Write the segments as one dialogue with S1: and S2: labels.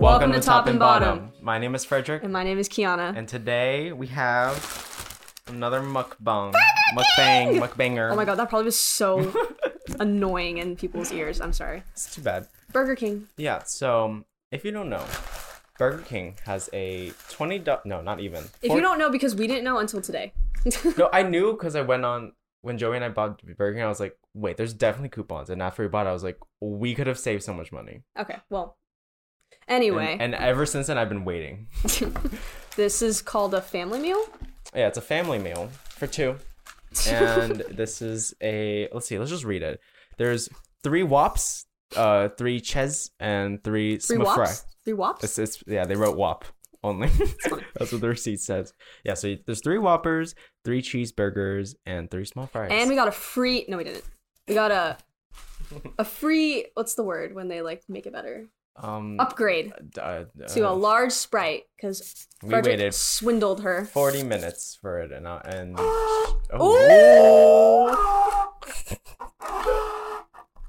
S1: Welcome, to Top and Bottom.
S2: My name is Frederick,
S1: And my name is Kiana.
S2: and today we have another mukbang, mukbang, mukbanger.
S1: oh my god, that probably was so annoying in people's ears. I'm sorry.
S2: it's too bad.
S1: Burger King.
S2: Yeah. So if you don't know, Burger King has a twenty. do- No, not even.
S1: If you don't know, because we didn't know until today.
S2: no, I knew because I went on when Joey and I bought Burger King. I was like, wait, there's definitely coupons. And after we bought, it, I was like, we could have saved so much money.
S1: Okay, well.
S2: And-
S1: Anyway,
S2: and ever since then, I've been waiting.
S1: this is called a family meal.
S2: Yeah, it's a family meal for two. And this is a let's see, let's just read it. There's three wops, uh, three ches, and three,
S1: Three
S2: smifry.
S1: wops? Three wops?
S2: It's, it's yeah, they wrote wop only. That's what the receipt says. Yeah, so there's three whoppers, three cheeseburgers, and three small fries.
S1: And we got a free no we didn't. We got a a free what's the word when they like make it better?
S2: um
S1: Oh. Upgrade
S2: d- uh,
S1: to a
S2: uh,
S1: large sprite, because
S2: We
S1: Frederick
S2: waited.
S1: swindled her.
S2: forty minutes for it, and I- and Oh,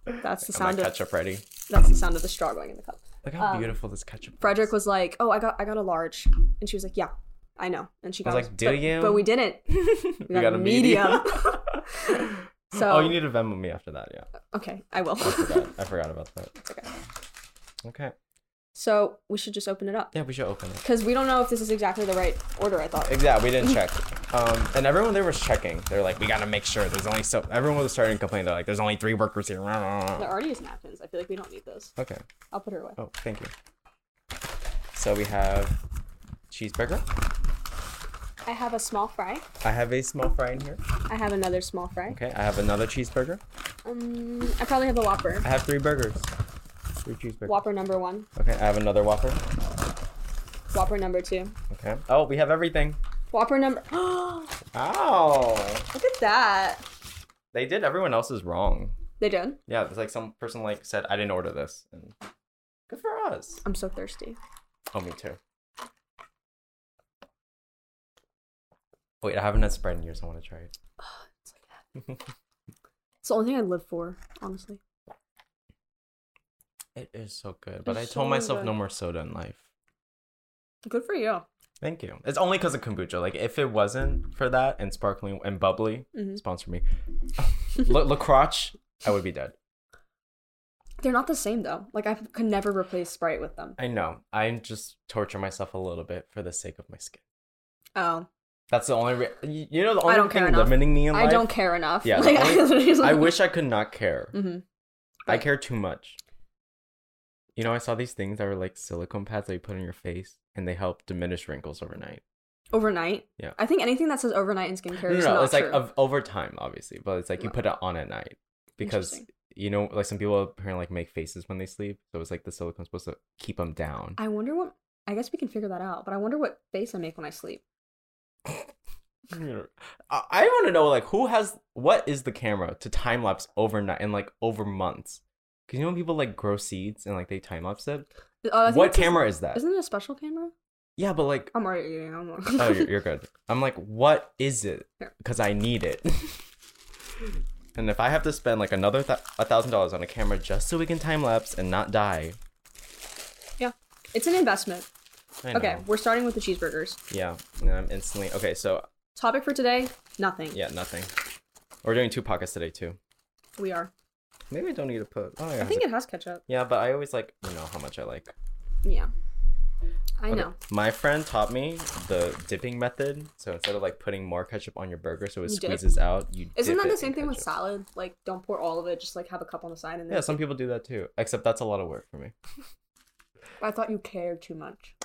S1: That's the
S2: I my
S1: sound of Uh,
S2: ketchup ready.
S1: that's the sound of the straw going in the cup.
S2: Look how beautiful this ketchup.
S1: Frederick was like, "Oh, I got I got a large," and she was like, "Yeah, I know." And she
S2: I
S1: got
S2: was like, "Do
S1: but,
S2: you?"
S1: But we didn't. We got,
S2: got
S1: a
S2: a
S1: medium. so
S2: oh, you need to Venmo me after that. Yeah,
S1: okay, I will.
S2: I forgot, I forgot about that.
S1: Okay.
S2: Okay.
S1: so we should just open it up
S2: Yeah, we should open it.
S1: because we don't know if this is exactly the right order. I thought.
S2: Yeah, we didn't check. Um, and everyone there was checking. They're like, we gotta make sure. There's only so. Everyone was starting to complain. They're like, there's only three workers here. Rah, rah,
S1: There
S2: rah.
S1: already is napkins. I feel like we don't need those.
S2: Okay.
S1: I'll put her away.
S2: Oh, thank you. So we have cheeseburger.
S1: I have a small fry.
S2: I have a small fry in here.
S1: I have another small fry.
S2: Okay. I have another cheeseburger.
S1: Um, I probably have a Whopper.
S2: I have three burgers. Three cheeseburgers.
S1: Whopper number one.
S2: Okay. I have another Whopper.
S1: Whopper number two.
S2: Okay. Oh, we have everything.
S1: Whopper number. Look
S2: Oh,
S1: at that.
S2: they did everyone else's wrong.
S1: They did.
S2: Yeah, it's like some person like said, I didn't order this. And good for us.
S1: I'm so thirsty.
S2: Oh, me too. Wait, I haven't had spread in years. I want to try it.
S1: It's the only thing I live for, honestly.
S2: It is so good, but
S1: It's
S2: I
S1: so
S2: told myself no
S1: good.
S2: more soda in life.
S1: Good for you.
S2: Thank you. It's only because of kombucha. Like, if it wasn't for that and sparkling and bubbly,
S1: Mm-hmm.
S2: sponsor me. La, La Croche, I would be dead.
S1: They're not the same though. Like I could never replace Sprite with them.
S2: I know. I just torture myself a little bit for the sake of my skin.
S1: Oh,
S2: That's the only. Re- you you know, the
S1: I
S2: only
S1: don't care
S2: thing
S1: enough.
S2: limiting me in
S1: I
S2: life.
S1: don't care enough.
S2: Yeah,
S1: Like,
S2: the only-
S1: literally just-
S2: I wish I could not care.
S1: Mhm.
S2: I
S1: Right.
S2: care too much. You know, I saw these things that were like silicone pads that you put on your face, and they help diminish wrinkles overnight.
S1: overnight.
S2: Yeah.
S1: I think anything that says overnight in skincare
S2: no,
S1: is
S2: no,
S1: not
S2: it's
S1: true.
S2: like of, over time, obviously, but it's like you put it on at night because
S1: Interesting.
S2: you know, like some people apparently like make faces when they sleep, so it's like the silicone's supposed to keep them down.
S1: I wonder what. I guess we can figure that out. But I wonder what face I make when I sleep.
S2: I, I want to know like who has what is the camera to time lapse overnight and like over months? Because you know when people like grow seeds and like they time lapse it.
S1: Oh, I think
S2: What
S1: it's a-
S2: camera is that?
S1: Isn't it a special camera?
S2: Yeah, but like
S1: I'm already eating. I'm already.
S2: oh, you're, you're good. I'm like, what is it?
S1: Here.
S2: Because I need it. and if I have to spend like another th- a thousand dollars on a camera just so we can time lapse and not die,
S1: yeah, it's an investment.
S2: I
S1: Okay,
S2: know.
S1: we're starting with the cheeseburgers.
S2: yeah, and I'm instantly okay. So
S1: Topic for today: nothing.
S2: yeah, nothing. We're doing two pockets today too.
S1: We are.
S2: Maybe I don't need to put. Oh,
S1: I
S2: yeah,
S1: think it has ketchup.
S2: yeah, but I always like you know how much I like.
S1: Yeah. I
S2: Okay,
S1: know.
S2: My friend taught me the dipping method. So instead of like putting more ketchup on your burger, so it
S1: You dip.
S2: squeezes out, you
S1: Isn't
S2: dip
S1: that
S2: it
S1: the
S2: in
S1: same thing with
S2: ketchup.
S1: salad? Like, don't pour all of it. Just like have a cup on the side, and then
S2: Yeah, some people do that too. Except that's a lot of work for me.
S1: I thought you cared too much.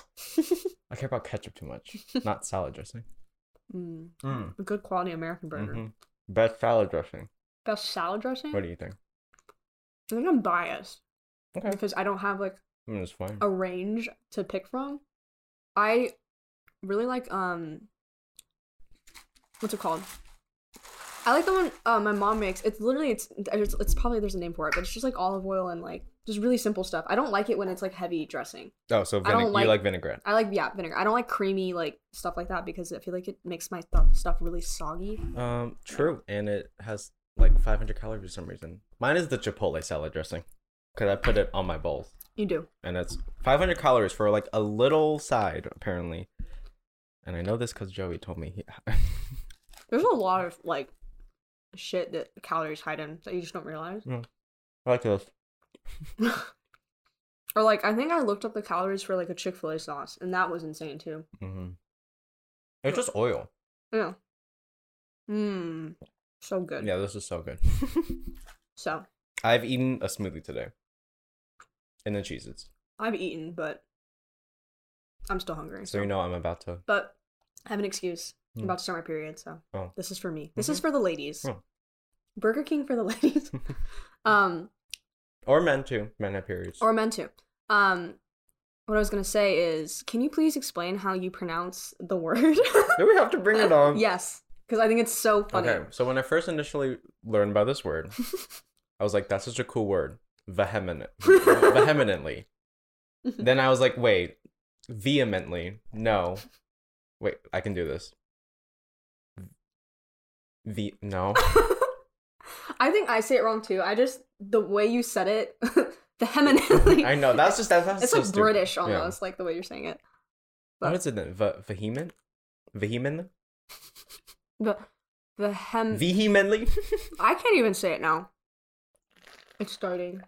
S2: I care about ketchup too much, not salad dressing.
S1: Mm.
S2: Mm.
S1: A good quality American burger.
S2: Mhm. Best salad dressing.
S1: Best salad dressing?
S2: What do you think?
S1: I think I'm biased
S2: Okay.
S1: because I don't have like
S2: I mean, it's fine.
S1: a range to pick from. I really like um what's it called? I like the one uh, my mom makes. It's literally it's, it's it's probably there's a name for it, but it's just like olive oil and like just really simple stuff. I don't like it when it's like heavy dressing.
S2: Oh, so
S1: I don't
S2: vinegar.
S1: like-
S2: you like vinaigrette.
S1: I like yeah vinegar. I don't like creamy like stuff like that because I feel like it makes my stuff stuff really soggy.
S2: Um, true, and it has like 500 calories for some reason. Mine is the chipotle salad dressing because I put it on my bowls,
S1: You do.
S2: and that's 500 calories for like a little side apparently. And I know this because Joey told me. He-
S1: There's a lot of like shit that calories hide in that you just don't realize.
S2: I like this.
S1: Or like I think I looked up the calories for like a Chick Fil A sauce, and that was insane too.
S2: hmm It's just oil.
S1: Yeah. Mmm. So good.
S2: Yeah, this is so good.
S1: So
S2: I've eaten a smoothie today, and then cheeses.
S1: I've eaten, but I'm still hungry.
S2: So you know I'm about to.
S1: But I have an excuse. I'm
S2: Hmm.
S1: about to start my period, so
S2: Oh.
S1: this is for me. This is for the ladies.
S2: Oh.
S1: Burger King for the ladies. um,
S2: Or men too. Men have periods.
S1: or men too. Um, what I was gonna say is, can you please explain how you pronounce the word?
S2: Do we have to bring it on?
S1: yes, because I think it's so funny.
S2: Um, Okay, so when I first initially learned about this word, I was like, that's such a cool word. Vehement. vehemently. then I was like, wait, vehemently. No. Wait, I can do this. V no.
S1: I think I say it wrong too. I just the way you said it, vehemently.
S2: I know. That's just that's, that's
S1: it's
S2: so
S1: like
S2: stupid.
S1: British
S2: Yeah.
S1: almost, like the way you're saying it.
S2: What is it then? Ve- vehement? Vehement?
S1: The vehem.
S2: Vehemently?
S1: I can't even say it now. It's starting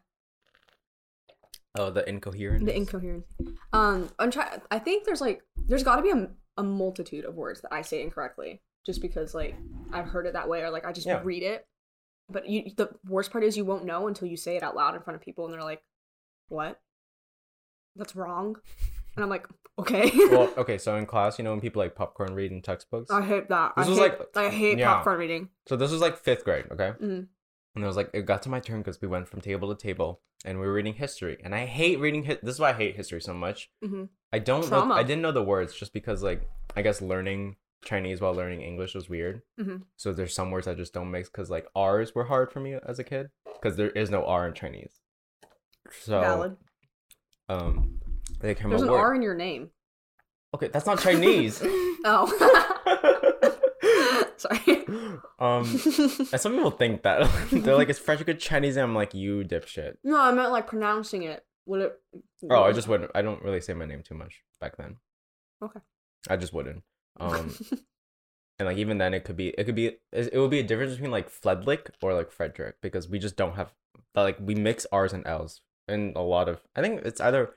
S2: oh, the incoherent.
S1: the incoherence. Um, I'm try- I think there's like there's got to be a, a multitude of words that I say incorrectly just because like I've heard it that way or like I just
S2: Yeah.
S1: read it. But you, the worst part is you won't know until you say it out loud in front of people and they're like, "What? That's wrong." And I'm like, "Okay."
S2: well, okay, so in class, you know when people like popcorn read in textbooks?
S1: I hate that.
S2: This
S1: I
S2: was
S1: hate,
S2: like-
S1: I hate
S2: yeah.
S1: popcorn reading.
S2: So this was like fifth grade, okay?
S1: Mm.
S2: And it was like, it got to my turn because we went from table to table and we were reading history. And I hate reading, hi- this is why I hate history so much.
S1: Mhm.
S2: I don't, know-
S1: Trauma.
S2: I didn't know the words just because like, I guess learning Chinese while learning English was weird.
S1: Mhm.
S2: So there's some words I just don't mix because like R's were hard for me as a kid because there is no R in Chinese. So,
S1: Valid.
S2: um, they came
S1: There's
S2: up
S1: an
S2: word.
S1: R in your name.
S2: Okay, that's not Chinese.
S1: Oh. Sorry.
S2: um, and some people think that they're like, it's fresh good Chinese. And I'm like, you dipshit.
S1: No, I meant like pronouncing it. Would it?
S2: Oh, I just wouldn't. I don't really say my name too much back then.
S1: Okay.
S2: I just wouldn't. Um, and like even then, it could be it could be it it would be a difference between like Fledlick or like Frederick because we just don't have like we mix R's and L's in a lot of. I think it's either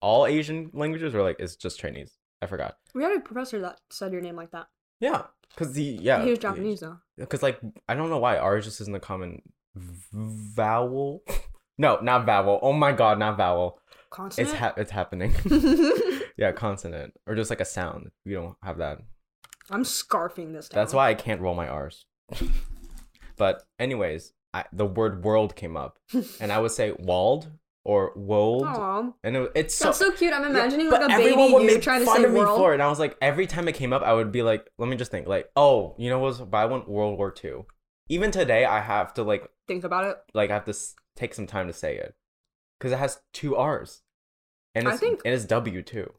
S2: all Asian languages or like it's just Chinese. I forgot.
S1: We had a professor that said your name like that.
S2: Yeah, because the yeah
S1: he was Japanese though.
S2: Because like I don't know why R just isn't a common v- vowel. No, not vowel. Oh my god, not vowel.
S1: Consonant.
S2: It's ha- it's happening. yeah, consonant or just like a sound. We don't have that.
S1: I'm scarfing this. Down.
S2: That's why I can't roll my R's. but anyways, I, the word world came up, and I would say walled or wold,
S1: Aw.
S2: and it, it's so.
S1: That's so cute. I'm
S2: Yeah,
S1: imagining
S2: but
S1: like a baby
S2: everyone would
S1: you
S2: make
S1: trying to
S2: fun
S1: say
S2: of me
S1: world.
S2: for it, and I was like, every time it came up, I would be like, let me just think, like, oh, you know, what was but I went World War Two. Even today, I have to like,
S1: Think about it.
S2: like, I have to s- take some time to say it because it has two R's, and
S1: I
S2: it's
S1: think-
S2: and it's W too.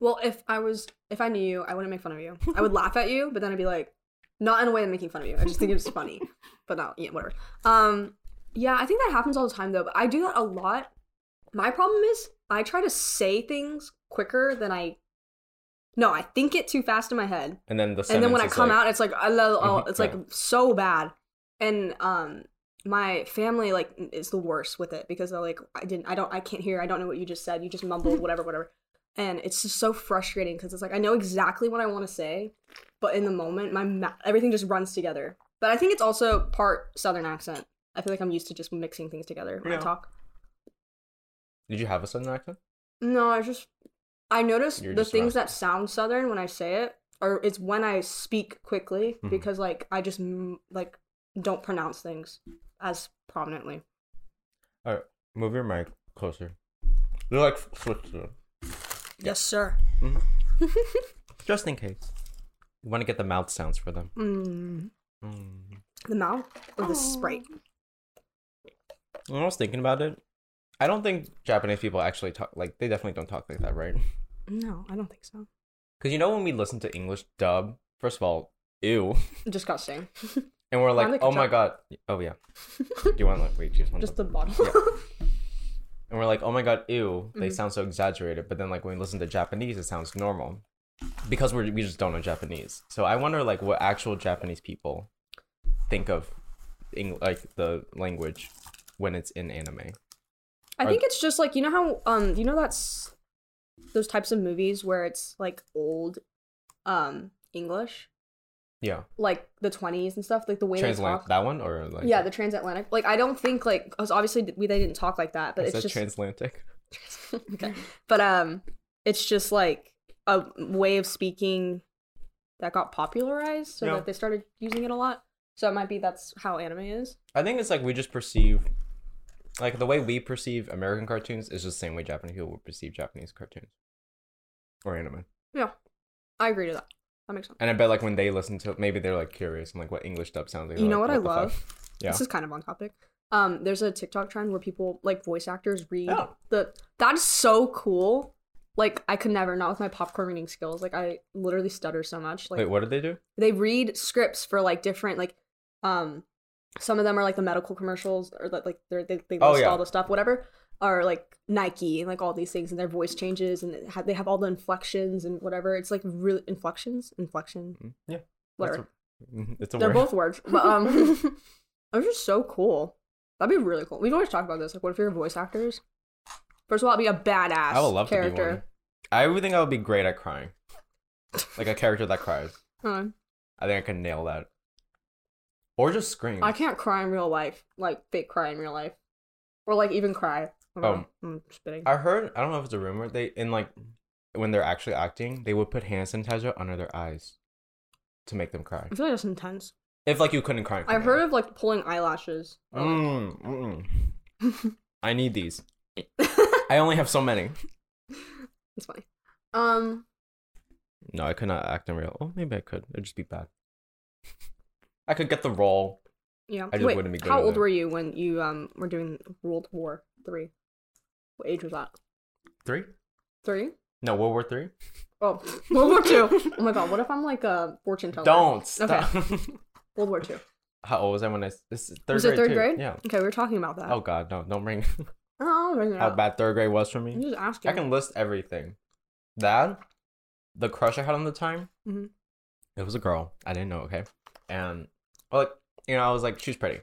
S1: Well, if I was, if I knew you, I wouldn't make fun of you. I would laugh at you, but then I'd be like, not in a way of making fun of you. I just think it's funny. But no, yeah, whatever. Um, yeah, I think that happens all the time though. But I do that a lot. My problem is I try to say things quicker than I. No, I think it too fast in my head,
S2: And then the
S1: and then when I
S2: sentence is
S1: come
S2: like-
S1: out, it's like I love. Oh,
S2: Mhm,
S1: it's like
S2: yeah.
S1: so bad, and um, my family like is the worst with it because they're like, I didn't, I don't, I can't hear, I don't know what you just said. You just mumbled, whatever, whatever. And it's just so frustrating because it's like I know exactly what I want to say, but in the moment, my ma- everything just runs together. But I think it's also part Southern accent. I feel like I'm used to just mixing things together when I
S2: Yeah.
S1: talk.
S2: Did you have a sudden accent?
S1: No, I just I notice
S2: You're
S1: the
S2: just
S1: things
S2: rusty.
S1: that sound
S2: Mm-hmm.
S1: southern when I say it, or it's when I speak quickly because like I just m- like don't pronounce things as prominently.
S2: All right, move your mic closer. They're like Switzerland.
S1: Yes, sir.
S2: Just in case. You want to get the mouth sounds for them.
S1: Mm.
S2: Mm.
S1: The mouth or the sprite?
S2: When I was thinking about it, I don't think Japanese people actually talk like they definitely don't talk like that, right?
S1: No, I don't think so.
S2: Because you know when we listen to English dub, first of all, ew,
S1: Disgusting.
S2: and we're like,
S1: they could
S2: oh my god,
S1: talk.
S2: oh yeah. Do you want to like wait? Just, one
S1: Just the
S2: sec.
S1: bottom.
S2: And we're like, oh my god, ew. They
S1: Mm-hmm.
S2: sound so exaggerated, but then like when we listen to Japanese, it sounds normal because we we just don't know Japanese. So I wonder like what actual Japanese people think of, Eng- like the language when it's in anime.
S1: I
S2: Are-
S1: think it's just like you know how um you know that's those types of movies where it's like old um English
S2: Yeah,
S1: like the 20s and stuff like the way they
S2: translate
S1: talk.
S2: that one or like
S1: yeah, the transatlantic. Like I don't think like 'cause obviously we they didn't talk like that, but
S2: Is
S1: it's
S2: that
S1: just
S2: transatlantic?
S1: okay. But um it's just like a way of speaking that got popularized so
S2: Yeah.
S1: that they started using it a lot. So it might be that's how anime is.
S2: I think it's like we just perceive, like the way we perceive American cartoons is just the same way Japanese people would perceive Japanese cartoons or anime.
S1: Yeah. I agree to that. That makes sense.
S2: And I bet like when they listen to it, maybe they're like curious and like what English dub sounds like.
S1: You
S2: They're
S1: know
S2: like,
S1: what I
S2: the
S1: love?
S2: fuck? Yeah.
S1: This is kind of on topic. Um, there's a TikTok trend where people like voice actors read
S2: Oh.
S1: the. That is so cool. Like I could never, not with my popcorn reading skills. Like I literally stutter so much. Like
S2: Wait, what did they do?
S1: they read scripts for like different like, um, some of them are like the medical commercials or like like they're, they they list
S2: Oh, yeah.
S1: all the stuff whatever. Or like Nike and like all these things and their voice changes and it ha- they have all the inflections and whatever. It's like really inflections, inflection,
S2: Yeah.
S1: whatever.
S2: That's a- Mhm, Mm. it's a
S1: They're
S2: word.
S1: both words, but um, those are so cool. That'd be really cool. We've always talked about this. Like, what if you're voice actors? First of all, I'd be a badass
S2: I would love to be one.
S1: character.
S2: I would think I would be great at crying, like a character that cries.
S1: Um,
S2: I think I could nail that, or just scream.
S1: I can't cry in real life, like fake cry in real life, or like even cry. I don't know. I'm spitting.
S2: Oh. I heard I don't know if it's a rumor they in like when they're actually acting they would put hand sanitizer under their eyes to make them cry.
S1: I feel like that's intense.
S2: If like you couldn't cry, in front
S1: I've
S2: of
S1: heard
S2: them.
S1: of like pulling eyelashes.
S2: Mm, mm, mm. I need these. I only have so many.
S1: It's funny. Um,
S2: No, I could not act in real. Oh, maybe I could. It'd just be bad. I could get the role.
S1: yeah.
S2: I just
S1: Wait,
S2: wouldn't be good
S1: how
S2: at
S1: old
S2: it.
S1: were you when you um were doing World War Three? What age was that?
S2: Three?
S1: Three.
S2: No, World War Three.
S1: Oh, World War Two. Oh my God, what if I'm like a fortune teller?
S2: Don't stop.
S1: World War Two.
S2: how old was I when I? This is third
S1: Was
S2: grade.
S1: it third
S2: too.
S1: grade?
S2: Yeah.
S1: Okay, we were talking about that.
S2: Oh God, no! Don't bring
S1: Oh, I'll bring it
S2: how
S1: up.
S2: bad third grade was for
S1: I'm
S2: me.
S1: just asking.
S2: I can list everything. That, the crush I had on the time,
S1: Mhm.
S2: it was a girl. I didn't know. Okay, and well, like you know, I was like, she's pretty.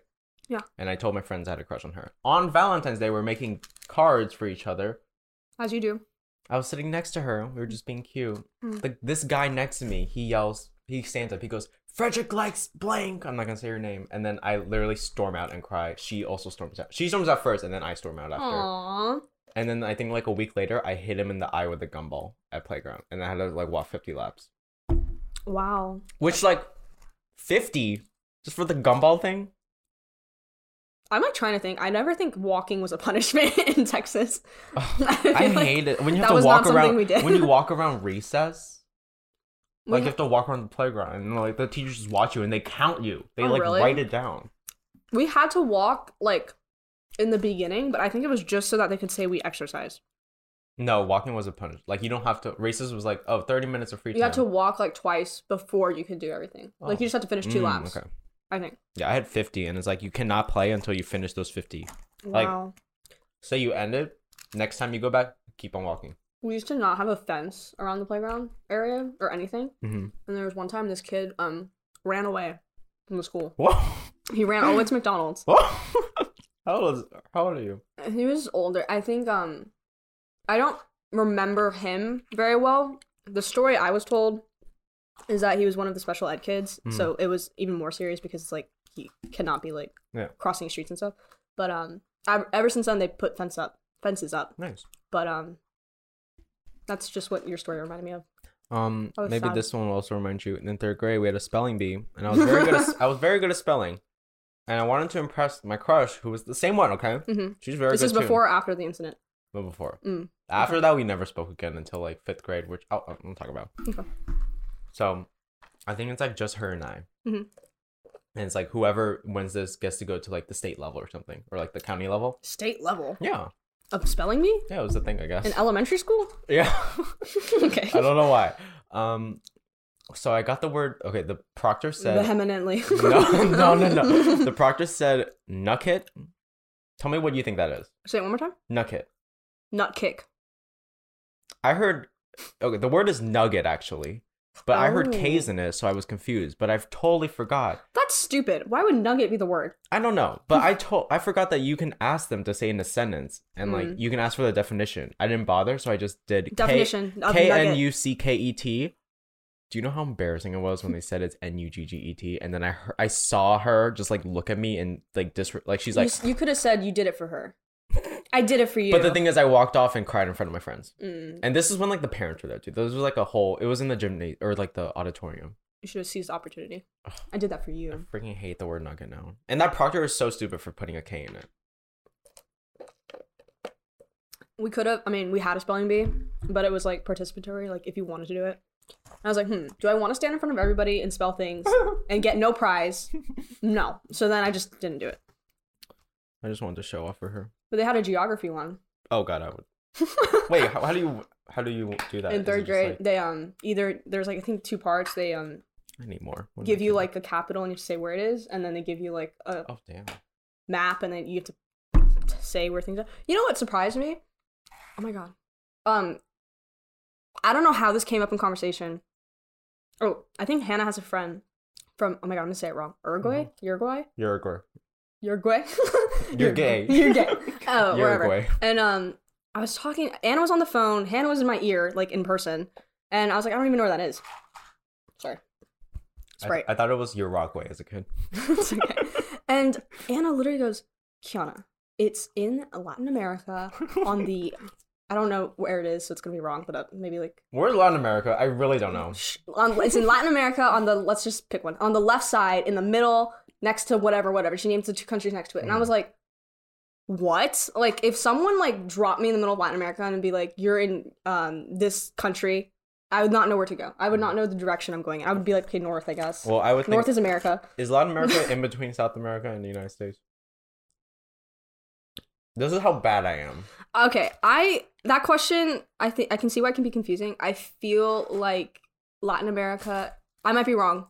S1: Yeah.
S2: And I told my friends I had a crush on her. On Valentine's Day, we're making cards for each other.
S1: As you do.
S2: I was sitting next to her. We were just being cute. Like this guy next to me, he yells. He stands up. He goes, "Frederick likes blank." I'm not gonna say her name. And then I literally storm out and cry. She also storms out. She storms out first, and then I storm out after.
S1: Aww.
S2: And then I think like a week later, I hit him in the eye with a gumball at playground, and I had to like walk 50 laps.
S1: Wow.
S2: Which like 50 just for the gumball thing?
S1: I'm like trying to think. I never think walking was a punishment in Texas.
S2: Oh, I
S1: feel like
S2: hate it when you
S1: that
S2: have
S1: was
S2: to
S1: not
S2: walk
S1: something
S2: around.
S1: we did.
S2: When you walk around recess,
S1: We
S2: like you
S1: ha-
S2: have to walk around the playground, and like the teachers just watch you and they count you. They
S1: Oh,
S2: like
S1: really?
S2: write it down.
S1: we had to walk like in the beginning, but I think it was just so that they could say we exercised.
S2: No, walking was a punishment. Like you don't have to. Recess was like oh 30 minutes of free
S1: You
S2: time.
S1: had to walk like twice before you could do everything. Like
S2: Oh.
S1: you just had to finish two
S2: Mm,
S1: laps.
S2: Okay.
S1: I think.
S2: Yeah, I had 50, and it's like you cannot play until you finish those 50. Like-
S1: Wow.
S2: Say you end it. Next time you go back, keep on walking.
S1: we used to not have a fence around the playground area or anything.
S2: Mhm.
S1: And there was one time this kid um ran away from the school.
S2: Whoa.
S1: He ran all the way to McDonald's.
S2: how old is, how old are you?
S1: He was older. I think um I don't remember him very well. The story I was told is that he was one of the special ed kids,
S2: Hmm.
S1: so it was even more serious because it's like he cannot be like
S2: Yeah.
S1: crossing streets and stuff. But um I, ever since then they put fence up fences up.
S2: Nice.
S1: But um that's just what your story reminded me of.
S2: Um,
S1: Oh,
S2: maybe
S1: sad.
S2: this one will also remind you. In third grade, we had a spelling bee, and I was very good. At, I was very good at spelling. and I wanted to impress my crush, who was the same one. Okay,
S1: Mhm.
S2: she's very.
S1: This
S2: good
S1: is
S2: too.
S1: before or after the incident.
S2: But before.
S1: Mm,
S2: After that, we never spoke again until like fifth grade, which I'll, i will talk about.
S1: Okay.
S2: So, I think it's like just her and I.
S1: Mhm.
S2: And it's like whoever wins this gets to go to like the state level or something, or like the county level.
S1: State level
S2: Yeah,
S1: of spelling me
S2: yeah, it was the thing, I guess.
S1: in elementary school.
S2: yeah.
S1: okay.
S2: I don't know why. Um, so I got the word. Okay, the proctor said
S1: Vehemently.
S2: no, no, no, no. The proctor said nucket. Tell me what you think that is.
S1: Say it one more time.
S2: Nucket.
S1: Nut kick.
S2: I heard. Okay, the word is nugget actually, but I heard
S1: Oh.
S2: K's in it, so I was confused. But I've totally forgot.
S1: That's stupid. Why would nugget be the word?
S2: I don't know, but I told I forgot that you can ask them to say in a sentence, and like
S1: Mm.
S2: you can ask for the definition. I didn't bother, so I just did
S1: Definition of
S2: K
S1: nugget.
S2: N U C K E T. Do you know how embarrassing it was when they said it's N U G G E T, and then I heard, I saw her just like look at me and like dis like she's
S1: You
S2: like.
S1: s- you, could have said you did it for her. I did it for you.
S2: But the thing is, I walked off and cried in front of my friends,
S1: Mm,
S2: and this is when like the parents were there too. This was like a whole. It was in the gymnasium or like the auditorium.
S1: you should have seized the opportunity. I did that for
S2: I
S1: you.
S2: freaking hate the word nugget now. And that proctor is so stupid for putting a K in it.
S1: We could have. I mean, we had a spelling bee, but it was like participatory. Like if you wanted to do it, I was like, hmm, do I want to stand in front of everybody and spell things and get no prize? No. So then I just didn't do it.
S2: I just wanted to show off for her.
S1: But they had a geography one.
S2: Oh god, I would. Wait, how, how do you how do you do that? Is
S1: in
S2: it
S1: third
S2: just
S1: grade
S2: like,
S1: they um either there's like i think two parts they um
S2: I need more. What am
S1: give
S2: I
S1: you
S2: doing?
S1: like a capital and you have to say where it is and then they give you like a
S2: Oh damn.
S1: map and then you have to t- say where things are you know what surprised me oh my god um i don't know how this came up in conversation oh i think hannah has a friend from oh my god i'm gonna say it wrong uruguay uruguay
S2: You're a girl.
S1: Uruguay.
S2: You're gay.
S1: You're gay. Oh,
S2: Uruguay.
S1: wherever. And um, I was talking. Anna was on the phone. Hannah was in my ear, like in person. And I was like, I don't even know where that is. Sorry.
S2: I,
S1: Sprite.
S2: I thought it was Uruguay as a kid.
S1: It's okay. And Anna literally goes, Kiana, it's in Latin America on the. I don't know where it is, so it's gonna be wrong. But uh, maybe like
S2: Where's Latin America? I really don't know.
S1: sh- on, it's in Latin America on the. Let's just pick one on the left side in the middle next to whatever whatever. She names the two countries next to it, and I
S2: Mm.
S1: was like, what? Like if someone like dropped me in the middle of Latin America and be like, you're in um this country. I would not know where to go. I would not know the direction I'm going. I would be like, okay, north, I guess.
S2: Mm. Well, I would think
S1: north is America.
S2: is Latin America in between South America and the United States. This is how bad I am.
S1: Okay, I that question I think I can see why it can be confusing. I feel like Latin America. I might be wrong.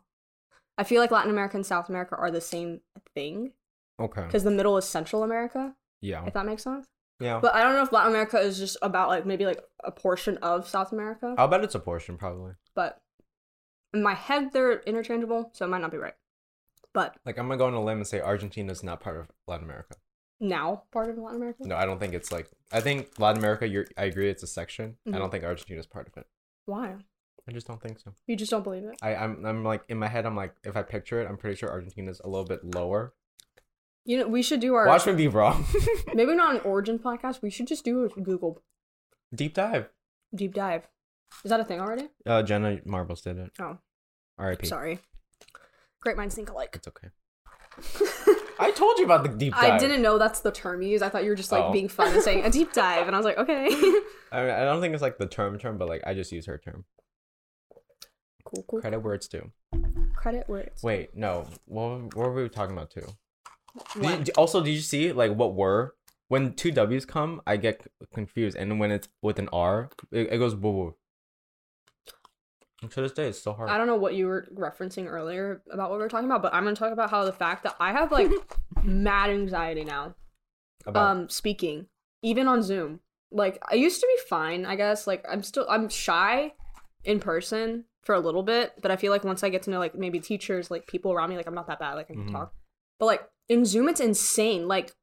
S1: I feel like Latin America and South America are the same thing
S2: Okay.
S1: because the middle is Central America.
S2: Yeah.
S1: If that makes sense.
S2: Yeah.
S1: But I don't know if Latin America is just about like maybe like a portion of South America.
S2: I'll bet it's a portion probably.
S1: But in my head, they're interchangeable, so it might not be right. But
S2: Like I'm gonna go on a limb and say Argentina is not part of Latin America.
S1: now, part of Latin America.
S2: No, I don't think it's like I think Latin America. You're, I agree, it's a section. I
S1: Mhm.
S2: don't think Argentina's part of it.
S1: Why?
S2: I just don't think so.
S1: You just don't believe it.
S2: I, I'm I'm like in my head. I'm like if I picture it, I'm pretty sure Argentina's a little bit lower.
S1: You know, we should do our
S2: Watch me be wrong.
S1: maybe not an origin podcast. We should just do a Google
S2: Deep dive.
S1: Deep dive. Is that a thing already?
S2: Uh, Jenna Marbles did it.
S1: Oh,
S2: R.I.P.
S1: sorry. Great minds think alike.
S2: It's okay. I told you about the deep dive.
S1: I didn't know that's the term you use. I thought you were just like
S2: Oh.
S1: being fun and saying a deep dive, and I was like, okay,
S2: I, mean, I don't think it's like the term term, but like I just use her term.
S1: cool, cool. Credit,
S2: Credit where it's due.
S1: where it's
S2: Wait, no. What, what were we talking about too? Did you-
S1: What?
S2: d- also, did you see like what were when two W's come? I get c- confused, and when it's with an R, it, it goes boo boo. And to this day, it's so hard.
S1: I don't know what you were referencing earlier about what we were talking about, but I'm gonna talk about how the fact that I have like mad anxiety now.
S2: about
S1: um speaking even on zoom like i used to be fine i guess like i'm still i'm shy in person for a little bit but i feel like once i get to know like maybe teachers like people around me like i'm not that bad like i can
S2: Mhm.
S1: talk but like in zoom it's insane like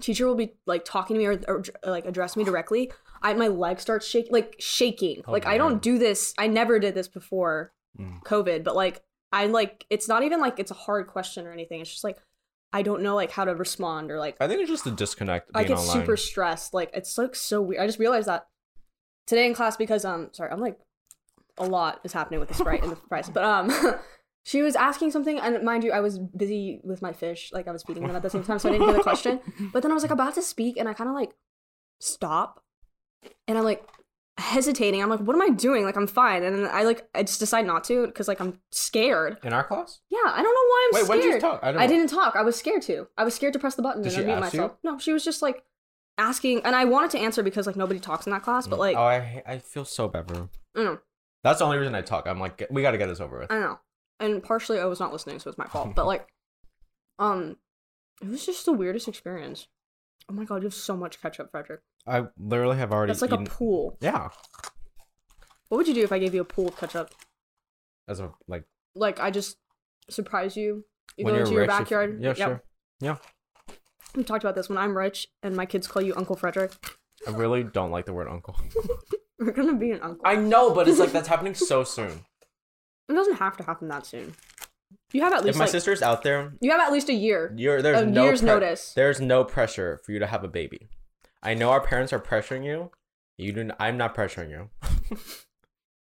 S1: teacher will be like talking to me or, or like address me directly i my leg starts shaking like shaking
S2: Oh,
S1: like i
S2: man.
S1: don't do this i never did this before
S2: Mm.
S1: covid but like i like it's not even like it's a hard question or anything it's just like i don't know like how to respond or like
S2: I think it's just the disconnect.
S1: I
S2: Being
S1: get
S2: online.
S1: super stressed. Like it's like so weird. I just realized that today in class because um sorry, I'm like a lot is happening with the sprite and the fries. But um She was asking something, and mind you, I was busy with my fish, like I was feeding them at the same time, so I didn't hear the question. But then I was like about to speak, and I kind of like stop, and I'm like hesitating. I'm like, what am I doing? Like I'm fine, and then I like I just decide not to because like I'm scared.
S2: In our class?
S1: Yeah, I don't know why I'm
S2: Wait,
S1: scared.
S2: when did you talk? I don't know.
S1: didn't talk. I was scared to. I was scared to press the button
S2: Did
S1: and
S2: she
S1: unmute
S2: ask you?
S1: myself. No, she was just like asking, and I wanted to answer because like nobody talks in that class, but like
S2: oh, I I feel so bad for her.
S1: I don't know.
S2: That's the only reason I talk. I'm like, we gotta get this over with.
S1: I know. And partially I was not listening, so it's my fault. But like um it was just the weirdest experience. Oh my god, you have so much ketchup, Frederick.
S2: I literally have already.
S1: That's like
S2: eaten-
S1: a pool.
S2: Yeah.
S1: What would you do if I gave you a pool of ketchup?
S2: As a like
S1: Like I just surprise you. You
S2: when
S1: go
S2: you're
S1: into your
S2: rich, if-
S1: backyard.
S2: Yeah,
S1: Yep.
S2: sure. Yeah.
S1: We talked about this when I'm rich and my kids call you Uncle Frederick.
S2: I really don't like the word uncle.
S1: We're gonna be an uncle.
S2: I know, but it's like that's happening so soon.
S1: It doesn't have to happen that soon. You have at
S2: If
S1: least
S2: my
S1: like,
S2: sister's out there,
S1: you have at least a year.
S2: you're there's
S1: a
S2: no
S1: year's
S2: pre-
S1: notice.
S2: There's no pressure for you to have a baby. I know our parents are pressuring you. You do. not I'm not pressuring you.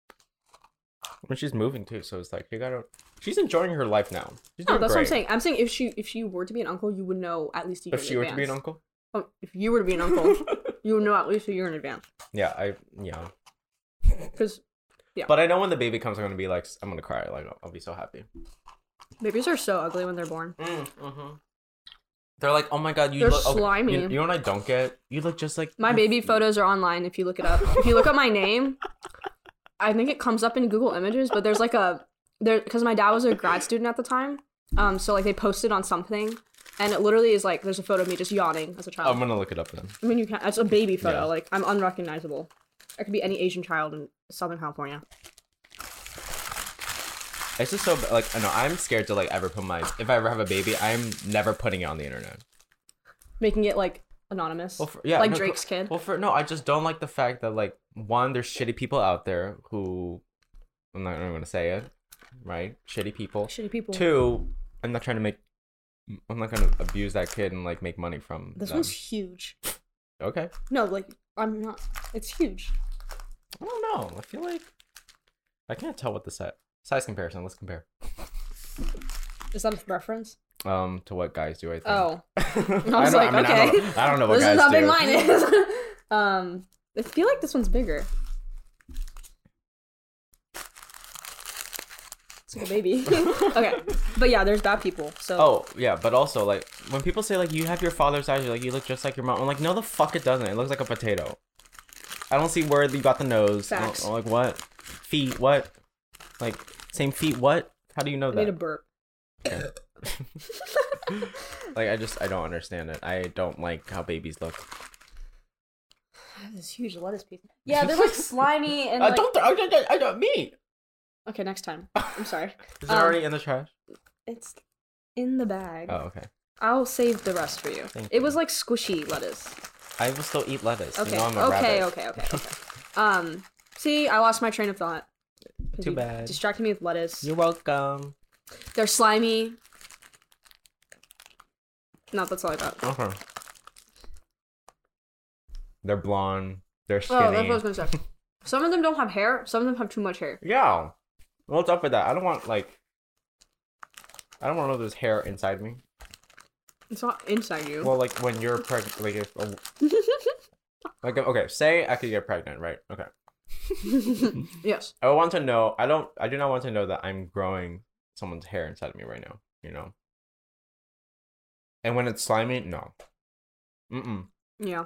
S2: When she's moving too, so it's like you gotta. She's enjoying her life now. She's
S1: No,
S2: doing
S1: that's what I'm
S2: great.
S1: saying. I'm saying if she if she were to be an uncle, you would know at least a year.
S2: If
S1: in
S2: she were to be an
S1: advance.
S2: uncle,
S1: Oh, if you were to be an uncle, you would know at least a year in advance.
S2: yeah, I yeah.
S1: Because
S2: But I know when the baby comes, I'm gonna be like, I'm gonna cry. Like I'll, I'll be so happy.
S1: babies are so ugly when they're born.
S2: Mm, mm-hmm. They're like, oh my god, you
S1: They're
S2: look okay,
S1: slimy.
S2: You, you know what I don't get? You look just like
S1: My baby photos are online if you look it up. If you look up my name, I think it comes up in Google Images, but there's like a there because my dad was a grad student at the time. Um, so like they posted on something, and it literally is like there's a photo of me just yawning as a child.
S2: I'm gonna look it up then.
S1: I mean, you can. It's a baby photo.
S2: Yeah.
S1: Like I'm unrecognizable. I could be any Asian child in Southern California.
S2: It's just so like I know I'm scared to like ever put my if I ever have a baby, I'm never putting it on the internet.
S1: Making it like anonymous.
S2: Well, for, yeah,
S1: like
S2: no,
S1: Drake's
S2: cool.
S1: kid.
S2: Well, for no, I just don't like the fact that like one, there's shitty people out there who I'm not, I'm gonna say it, right? Shitty people.
S1: Shitty people.
S2: Two, I'm not trying to make. I'm not gonna abuse that kid and like make money from
S1: This
S2: them.
S1: one's huge.
S2: okay.
S1: No, like I'm not. It's huge.
S2: I don't know. I feel like I can't tell what the set size comparison. Let's compare.
S1: Is that a reference?
S2: Um, to what guys do I think?
S1: Oh,
S2: I
S1: I was
S2: don't-
S1: like,
S2: mean, I
S1: okay.
S2: don't, I don't know what
S1: this
S2: guys
S1: is how
S2: do.
S1: big mine is. um, I feel like this one's bigger. It's like a baby. okay, but yeah, there's bad people. So
S2: Oh yeah, but also like when people say like you have your father's eyes, you're like you look just like your mom. I'm like no, the fuck it doesn't. It looks like a potato. I don't see where you got the nose. I don't-
S1: Facts.
S2: I'm like what? Feet? What? Like same feet? What? How do you know
S1: I need
S2: that?
S1: a burp.
S2: like I just I don't understand it. I don't like how babies look.
S1: I have this huge lettuce Uh, piece. Yeah, they're like slimy and
S2: I
S1: like-
S2: Uh, don't. I don't. I don't. Me.
S1: Okay, next time. I'm sorry.
S2: Is it
S1: Um,
S2: already in the trash?
S1: It's in the bag.
S2: Oh okay.
S1: I'll save the rest for you.
S2: Thank
S1: it was
S2: you.
S1: like squishy lettuce.
S2: I will still eat lettuce.
S1: Okay.
S2: You know I'm a
S1: okay,
S2: rabbit.
S1: okay. Okay. Okay. um. See, I lost my train of thought. 'Cause
S2: Too
S1: you
S2: bad.
S1: Distracted me with lettuce.
S2: You're welcome.
S1: They're slimy. No, that's all I got.
S2: Okay. Uh-huh. They're blonde. They're skinny.
S1: Oh, that's what I was gonna say. Some of them don't have hair. Some of them have too much hair.
S2: Yeah. What's up with that? I don't want like I don't want all this hair inside me.
S1: It's not inside you.
S2: Well, like when you're pregnant, like if a- like okay, say I could get pregnant, right? Okay.
S1: yes.
S2: I want to know. I don't. I do not want to know that I'm growing someone's hair inside of me right now. You know. And when it's slimy, no. Mm-mm.
S1: Yeah.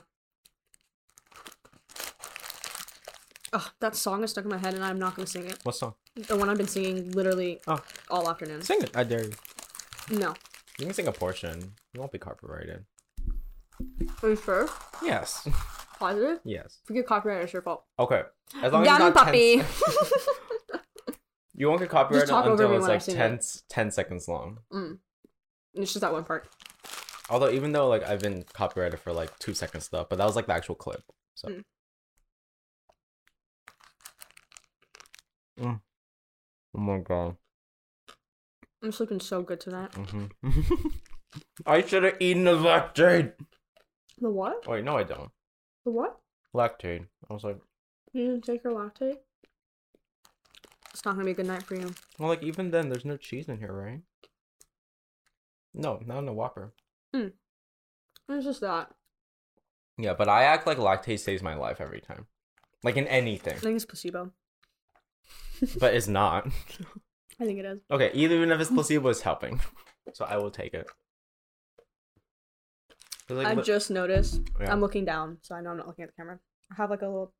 S1: Ugh, that song is stuck in my head, and I'm not gonna sing it.
S2: What song?
S1: The one I've been singing literally
S2: Oh,
S1: all afternoon.
S2: sing it. I dare you.
S1: No.
S2: You can sing a portion. You won't be copyrighted.
S1: Are you sure?
S2: Yes.
S1: Positive?
S2: yes.
S1: If we get copyrighted, it's your fault.
S2: Okay. As long as it's
S1: Down
S2: not tense-
S1: puppy.
S2: You won't get copyrighted
S1: talk over
S2: until
S1: me
S2: it's
S1: when I
S2: like
S1: sing
S2: 10,
S1: it.
S2: 10 seconds long.
S1: it's just that one part.
S2: Although even though like I've been copyrighted for like two seconds stuff, but that was like the actual clip. So Mm. Oh my god.
S1: I'm sleeping so good tonight.
S2: Mm-hmm. I should have eaten the lactate.
S1: The what?
S2: Wait, no I don't.
S1: The what?
S2: Lactate. I was like,
S1: You didn't take your latte? It's not gonna be a good night for you.
S2: Well, like even then, there's no cheese in here, right? No, not in a Whopper.
S1: Hmm. It's just that.
S2: Yeah, but I act like lactate saves my life every time, like in anything.
S1: I think it's placebo.
S2: but it's not.
S1: I think it is.
S2: Okay, either even if it's placebo, it's helping. So I will take it. 'Cause, like,
S1: I
S2: li-
S1: just noticed.
S2: Yeah.
S1: I'm looking down, so I know I'm not looking at the camera. I have like a little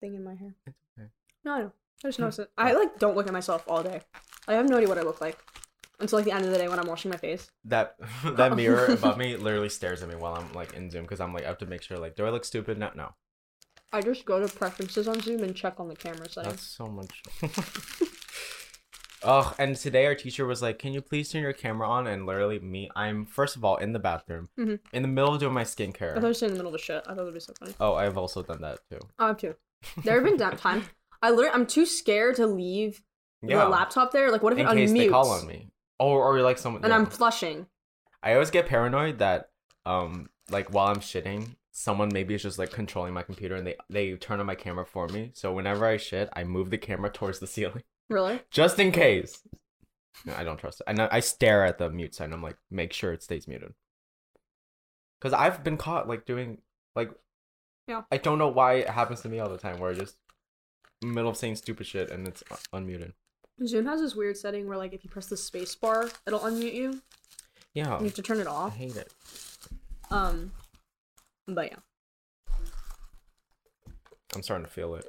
S1: thing in my hair.
S2: okay. Hmm.
S1: No, I know. I just noticed it. I like don't look at myself all day. I have no idea what I look like until like the end of the day when I'm washing my face.
S2: that
S1: Oh.
S2: that mirror above me literally stares at me while I'm like in Zoom because I'm like I have to make sure like do I look stupid? No, no.
S1: I just go to preferences on Zoom and check on the camera
S2: That's
S1: settings.
S2: so much. Ugh, and today our teacher was like, "Can you please turn your camera on?" And literally, me, I'm first of all in the bathroom,
S1: Mm-hmm.
S2: in the middle of doing my skincare.
S1: I thought I was in the middle of the shit. I thought it'd be so funny.
S2: Oh, I've also done that too.
S1: I have too. There have been down times I literally I'm too scared to leave
S2: Yeah.
S1: the laptop there. Like what if
S2: in
S1: it
S2: case
S1: unmutes
S2: they call on me, or or like someone.
S1: and
S2: yeah.
S1: I'm flushing?
S2: I always get paranoid that um like while I'm shitting, someone maybe is just like controlling my computer and they they turn on my camera for me. So whenever I shit, I move the camera towards the ceiling
S1: Really?
S2: just in case. No, I don't trust it. And I, I stare at the mute sign. I'm like, make sure it stays muted. Cause I've been caught like doing like
S1: Yeah.
S2: I don't know why it happens to me all the time where I just middle of saying stupid shit and it's un- unmuted.
S1: Zoom has this weird setting where like if you press the space bar, it'll unmute you.
S2: Yeah.
S1: You have to turn it
S2: I
S1: off.
S2: hate it.
S1: Um but yeah.
S2: I'm starting to feel it.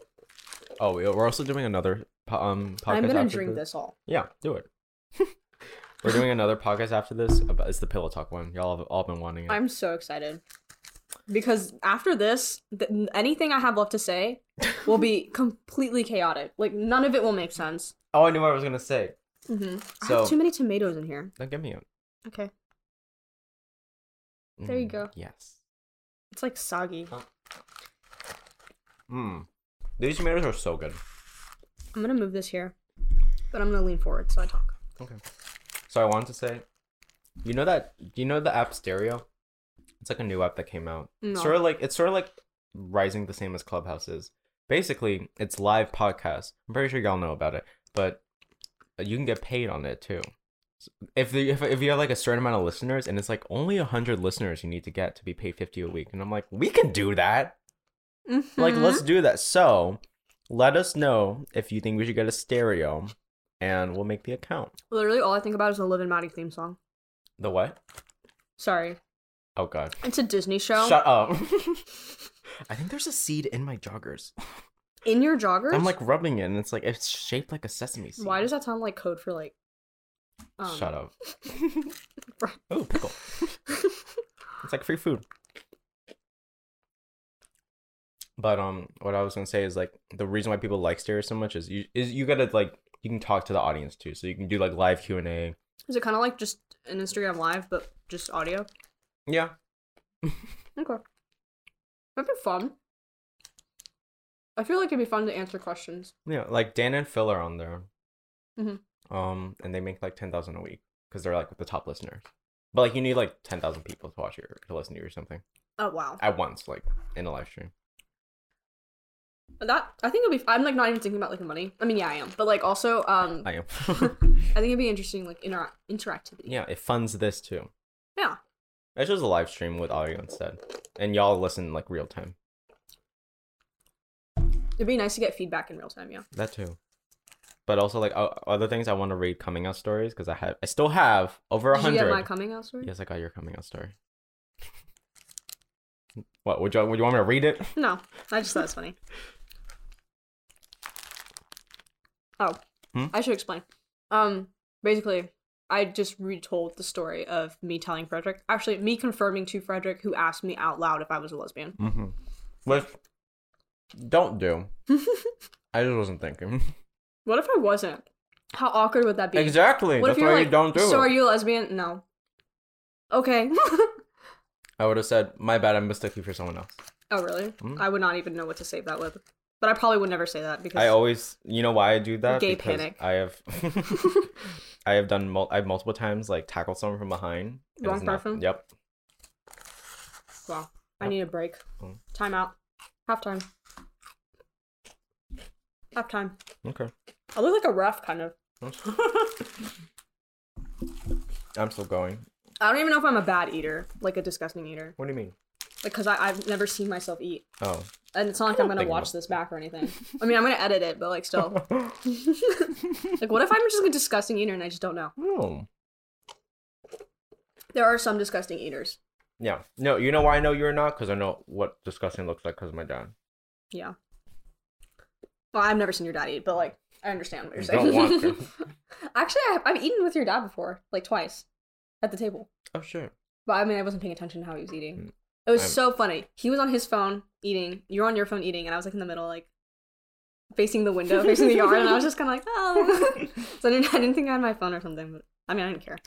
S2: Oh, we- we're also doing another po- um podcast.
S1: I'm gonna
S2: after
S1: drink this all.
S2: Yeah, do it. we're doing another podcast after this. About, it's the pillow talk one. Y'all have all been wanting it.
S1: I'm so excited because after this, th- anything I have left to say will be completely chaotic. Like none of it will make sense.
S2: oh, I knew what I was gonna say.
S1: I
S2: So-
S1: have too many tomatoes in here.
S2: Now give me it.
S1: Okay, There you
S2: Mm,
S1: go.
S2: Yes.
S1: it's like soggy.
S2: Mm. These tomatoes are so good.
S1: I'm gonna move this here, but I'm gonna lean forward so I talk.
S2: Okay. So I wanted to say, you know that you know the app Stereo. It's like a new app that came out.
S1: No.
S2: Sort of like it's sort of like rising the same as Clubhouse is. Basically, it's live podcast. I'm pretty sure y'all know about it, but you can get paid on it too. If the, if if you have like a certain amount of listeners and it's like only hundred listeners you need to get to be paid fifty a week, and I'm like, we can do that. Like, let's do that. So, let us know if you think we should get a stereo, and we'll make the account.
S1: Literally, all I think about is the Live and Maddie theme song.
S2: The what?
S1: Sorry,
S2: Oh god.
S1: it's a Disney show.
S2: Shut up. I think there's a seed in my joggers.
S1: In your joggers.
S2: I'm like rubbing it and it's like it's shaped like a sesame seed.
S1: why does that sound like code for like? Um,
S2: Shut up. oh, pickle. it's like free food. But um what I was going to say is like the reason why people like stereo so much is you is you got to like you can talk to the audience too. So you can do like live Q&A.
S1: Is it kind of like just an Instagram live, but just audio?
S2: Yeah.
S1: Okay. That'd be fun. I feel like it'd be fun to answer questions.
S2: Yeah, like Dan and Phil are on there.
S1: Mhm.
S2: Um, and they make like ten thousand a week because they're like the top listeners. But like you need like ten thousand people to watch your to listen to you or something
S1: Oh wow.
S2: at once, like in a live stream.
S1: That I think it'll be. I'm like not even thinking about like the money. I mean, yeah, I am. But like also, um,
S2: I am.
S1: I think it'd be interesting like intera- interactivity.
S2: yeah, it funds this too.
S1: Yeah.
S2: It's just a live stream with audio instead, and y'all listen like real time.
S1: It'd be nice to get feedback in real time. Yeah.
S2: That too. But also like o- other things I want to read coming out stories because I have I still have over a
S1: Did you get my
S2: hundred.
S1: coming out story?
S2: Yes, I got your coming out story. what would you would you want me to read it?
S1: No, I just thought it's funny. Oh,
S2: Hmm?
S1: I should explain. Um, basically, I just retold the story of me telling Frederick, actually, me confirming to Frederick, who asked me out loud if I was a lesbian.
S2: Which Mm-hmm. don't do. I just wasn't thinking.
S1: What if I wasn't? How awkward would that be?
S2: Exactly.
S1: What
S2: That's
S1: if you're
S2: why
S1: like,
S2: you don't do
S1: so
S2: it.
S1: are you a lesbian? No. Okay.
S2: I would have said, "My bad, I mistook you for someone else."
S1: oh, really?
S2: Hmm.
S1: I would not even know what to say that with. But I probably would never say that because
S2: I always, you know, why I do that?
S1: Gay
S2: Because
S1: panic.
S2: I have, I have done, mul- I've multiple times like tackled someone from behind. and
S1: Wrong
S2: it's not-
S1: person?
S2: Yep.
S1: Wow. I need a break. Time out. Half time. Half time.
S2: Okay.
S1: I look like a ref, kind of.
S2: I'm still going.
S1: I don't even know if I'm a bad eater, like a disgusting eater,
S2: What do you mean?
S1: because I I've never seen myself eat,
S2: Oh.
S1: and it's not like I'm gonna
S2: think
S1: watch
S2: so.
S1: this back or anything. I mean, I'm gonna edit it, but like still, like what if I'm just a disgusting eater and I just don't know?
S2: Hmm.
S1: There are some disgusting eaters.
S2: Yeah. No, you know why I know you're not? Because I know what disgusting looks like because of my dad.
S1: Yeah. Well, I've never seen your dad eat, but like I understand what you're saying.
S2: Don't want to.
S1: Actually, I, I've eaten with your dad before, like twice, at the table.
S2: oh, sure.
S1: But I mean, I wasn't paying attention to how he was eating.
S2: Mm.
S1: It was
S2: I'm-
S1: so funny. He was on his phone eating. You're on your phone eating, and I was like in the middle, like facing the window, facing the yard, and I was just kind of like, oh. so I didn't, I didn't think I had my phone or something. But I mean, I didn't care.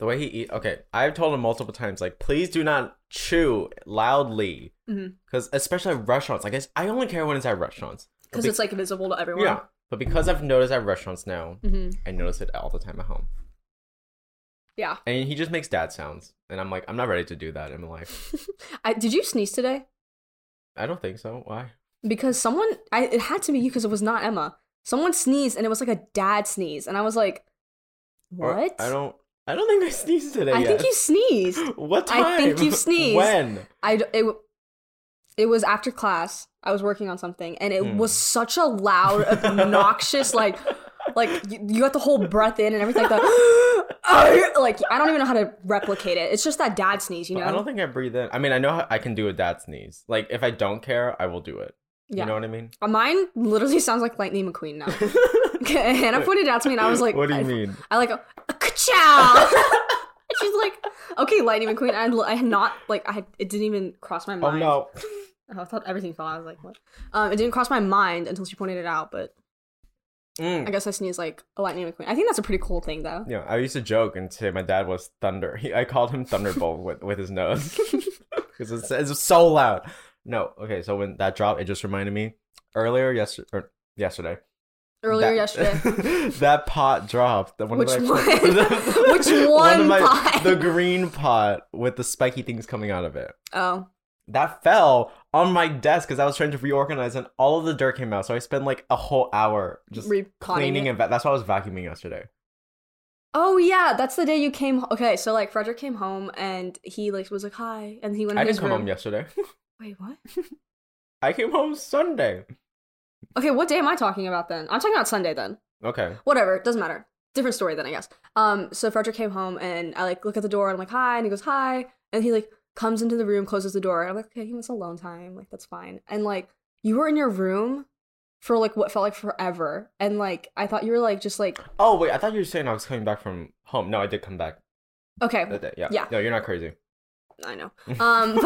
S2: The way he eat. Okay, I've told him multiple times, like, please do not chew loudly,
S1: Mhm.
S2: because especially at restaurants. I guess I only care when it's at restaurants. But
S1: Because
S2: be-
S1: it's like visible to everyone.
S2: yeah, but because I've noticed at restaurants now,
S1: hmm
S2: I notice it all the time at home,
S1: Yeah.
S2: and he just makes dad sounds, and I'm like, I'm not ready to do that in my life.
S1: I, did you sneeze today?
S2: I don't think so. Why?
S1: because someone I, it had to be you because it was not emma someone sneezed and it was like a dad sneeze and i was like
S2: Or-
S1: what
S2: I don't. I don't think I sneezed today.
S1: I
S2: yet.
S1: think you sneezed
S2: What time?
S1: I think you sneezed.
S2: When?
S1: i d- it, w- it was after class i was working on something and it
S2: Hmm.
S1: was such a loud obnoxious like like you, you got the whole breath in and everything like that like i don't even know how to replicate it it's just that dad sneeze you
S2: But
S1: know
S2: I don't think I breathe in. I mean, I know how I can do a dad sneeze. Like, if I don't care, I will do it.
S1: Yeah.
S2: You know what I mean?
S1: Uh, mine literally sounds like lightning mcqueen now hannah pointed it out to me and i was like
S2: what do you
S1: I-
S2: mean?
S1: I like a ka She's like, okay, Lightning McQueen. I had, I had not like I had, it didn't even cross my
S2: Oh
S1: mind.
S2: no.
S1: Oh, I thought everything fell. out. I was like, what? Um, it didn't cross my mind until she pointed it out. But
S2: Mm.
S1: I guess I sneeze like a Lightning McQueen. I think that's a pretty cool thing though.
S2: Yeah, I used to joke and say my dad was thunder. He, I called him Thunderbolt with, with his nose because it's, it's so loud. No, okay. So when that dropped, it just reminded me earlier yesterday. Or yesterday.
S1: Earlier
S2: that-
S1: yesterday,
S2: that pot dropped. The one
S1: Which
S2: that I-
S1: one? Which one pot?
S2: The green pot with the spiky things coming out of it.
S1: oh,
S2: that fell on my desk because I was trying to reorganize and all of the dirt came out. So I spent like a whole hour just
S1: Repotting
S2: cleaning
S1: it.
S2: and va- that's why I was vacuuming yesterday.
S1: oh yeah, that's the day you came. ho- Okay, so like Frederick came home and he like was like hi, and he went.
S2: I
S1: in his
S2: didn't come
S1: room.
S2: home yesterday.
S1: Wait, what?
S2: I came home Sunday.
S1: Okay, what day am I talking about then? I'm talking about Sunday then.
S2: Okay.
S1: whatever doesn't matter different story then i guess um so frederick came home and i like look at the door and i'm like hi and he goes hi and he like comes into the room closes the door and i'm like okay he wants alone time like that's fine and like you were in your room for like what felt like forever and like i thought you were like just like
S2: Oh wait, I thought you were saying I was coming back from home. No, I did come back
S1: okay
S2: that day. Yeah.
S1: Yeah.
S2: No, you're not crazy.
S1: I know. Um,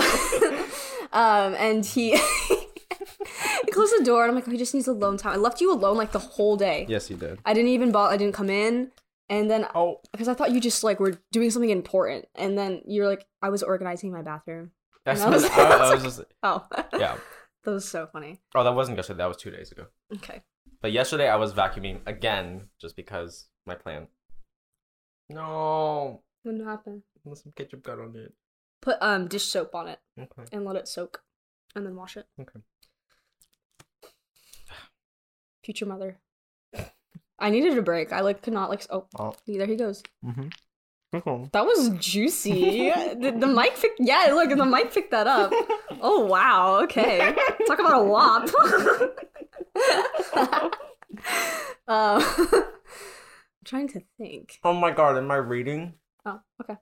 S1: um, and he he closed the door, and I'm like, oh, he just needs alone time. I left you alone like the whole day.
S2: Yes, you did.
S1: I didn't even bother. I didn't come in, and then
S2: Oh,
S1: because I thought you just like were doing something important, and then you're like, I was organizing my bathroom.
S2: that's
S1: I was-
S2: I, I
S1: I
S2: was just
S1: Oh,
S2: yeah.
S1: that was so funny.
S2: Oh, that wasn't yesterday. That was two days ago.
S1: Okay,
S2: But yesterday I was vacuuming again just because my plan. No,
S1: what happened?
S2: Unless some ketchup got on it.
S1: Put um dish soap on it
S2: Okay.
S1: and let it soak, and then wash it.
S2: Okay.
S1: Future mother. I needed a break. I like could not like. s- Oh,
S2: Oh.
S1: there he goes.
S2: Mm-hmm.
S1: That was juicy. the, the mic picked. Yeah, look, the mic picked that up. Oh wow. Okay. Talk about a wop. um, I'm trying to think.
S2: Oh my god, am I reading?
S1: Oh, okay.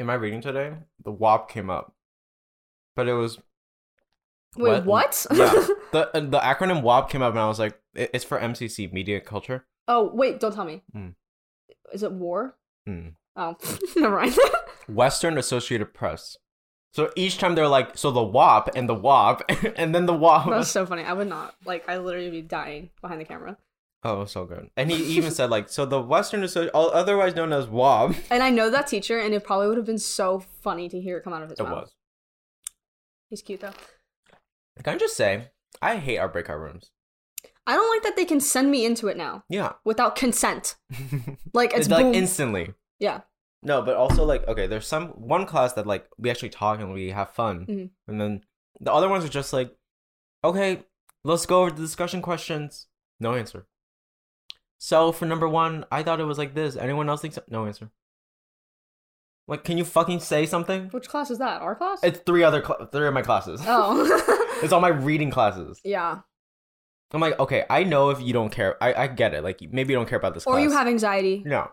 S2: Am I reading today? The WAP came up. But it was
S1: Wait, what?
S2: yeah. The uh, the acronym WAP came up and I was like, "I- it's for MCC, Media Culture.
S1: oh wait, don't tell me.
S2: Mm.
S1: Is it war?
S2: Hmm.
S1: Oh, never mind.
S2: Western Associated Press. So each time they're like, so the WAP and the WAP and then the WAP.
S1: that was so funny. I would not like. I literally would be dying behind the camera.
S2: oh, it was so good. And he even said like, so the Western Associated, otherwise known as WAP.
S1: And I know that teacher, and it probably would have been so funny to hear it come out of his
S2: It
S1: mouth.
S2: was.
S1: He's cute though.
S2: Can I just say, I hate our breakout rooms.
S1: I don't like that they can send me into it now.
S2: Yeah.
S1: without consent. Like it's
S2: It's like
S1: boom.
S2: instantly.
S1: yeah.
S2: No, but also like okay, there's some one class that like we actually talk and we have fun,
S1: Mhm.
S2: and then the other ones are just like, okay, Let's go over the discussion questions. No answer. So for number one, I thought it was like this. Anyone else think so? No answer. Like, can you fucking say something?
S1: Which class is that? Our class?
S2: It's three other cl- three of my classes.
S1: oh.
S2: It's all my reading classes.
S1: yeah.
S2: I'm like, okay, I know if you don't care, I, I get it. Like, maybe you don't care about this.
S1: Or you
S2: class.
S1: have anxiety.
S2: no,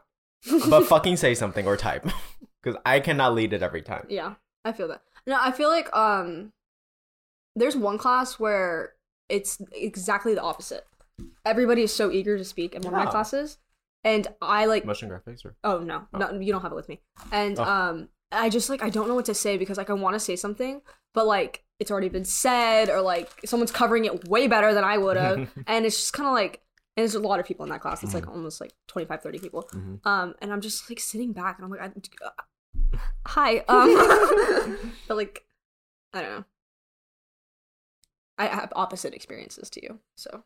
S2: but fucking say something or type, because I cannot lead it every time.
S1: Yeah, I feel that. No, I feel like um there's one class where it's exactly the opposite. Everybody is so eager to speak in one of my
S2: Yeah.
S1: classes. And I like
S2: Motion graphics or
S1: Oh no,
S2: Oh.
S1: no, you don't have it with me. And
S2: Oh.
S1: um, I just like I don't know what to say because like I want to say something, but like it's already been said, or like someone's covering it way better than I would have, and it's just kind of like. And there's a lot of people in that class. It's like
S2: Mm-hmm.
S1: almost like 25, 30 people. Um, and I'm just like sitting back and I'm like, I, uh, hi. Um, but like, I don't know. I have opposite experiences to you. So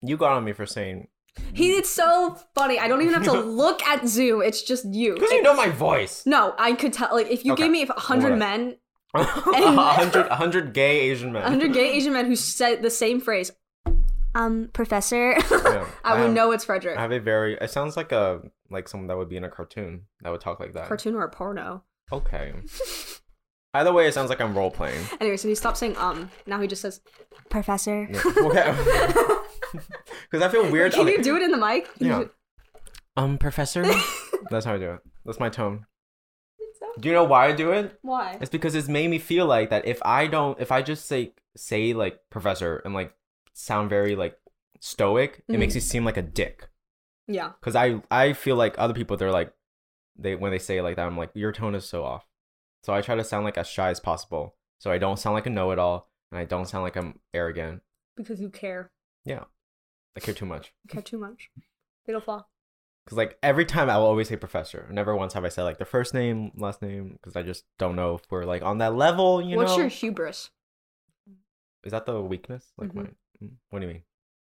S2: you got on me for saying Mm.
S1: he, it's so funny. I don't even have to look at Zoom. It's just you.
S2: because you know my voice.
S1: No, I could tell. Like, if you
S2: Okay.
S1: gave me a hundred
S2: Alright.
S1: men,
S2: A hundred, a hundred gay Asian men.
S1: a hundred gay Asian men who said the same phrase, um, professor,
S2: Yeah,
S1: I would
S2: have-
S1: know it's Frederick.
S2: I have a very. It sounds like a like someone that would be in a cartoon that would talk like that.
S1: Cartoon or porno.
S2: Okay. Either way, it sounds like I'm role playing.
S1: Anyway, so he stopped saying um. Now he just says professor.
S2: Because I feel weird.
S1: Can
S2: I'm
S1: you
S2: like,
S1: do it in the mic? Can you
S2: Yeah.
S1: do-
S2: Um, professor. That's how I do it. That's my tone. Do you know why I do it?
S1: Why?
S2: It's because it's made me feel like that. If I don't, if I just say say like professor and like sound very like stoic, it makes you seem like a dick.
S1: Yeah.
S2: Because I I feel like other people they're like they when they say it like that I'm like your tone is so off. So I try to sound like as shy as possible. So I don't sound like a know it all and I don't sound like I'm arrogant.
S1: Because you care.
S2: Yeah, I care too much.
S1: You care too much. Fatal flaw.
S2: Because like every time I will always say professor. Never once have I said like the first name, last name. Because I just don't know if we're like on that level. You
S1: What's
S2: know,
S1: your hubris?
S2: is that the weakness? Like
S1: Mhm.
S2: my mm, what do you mean?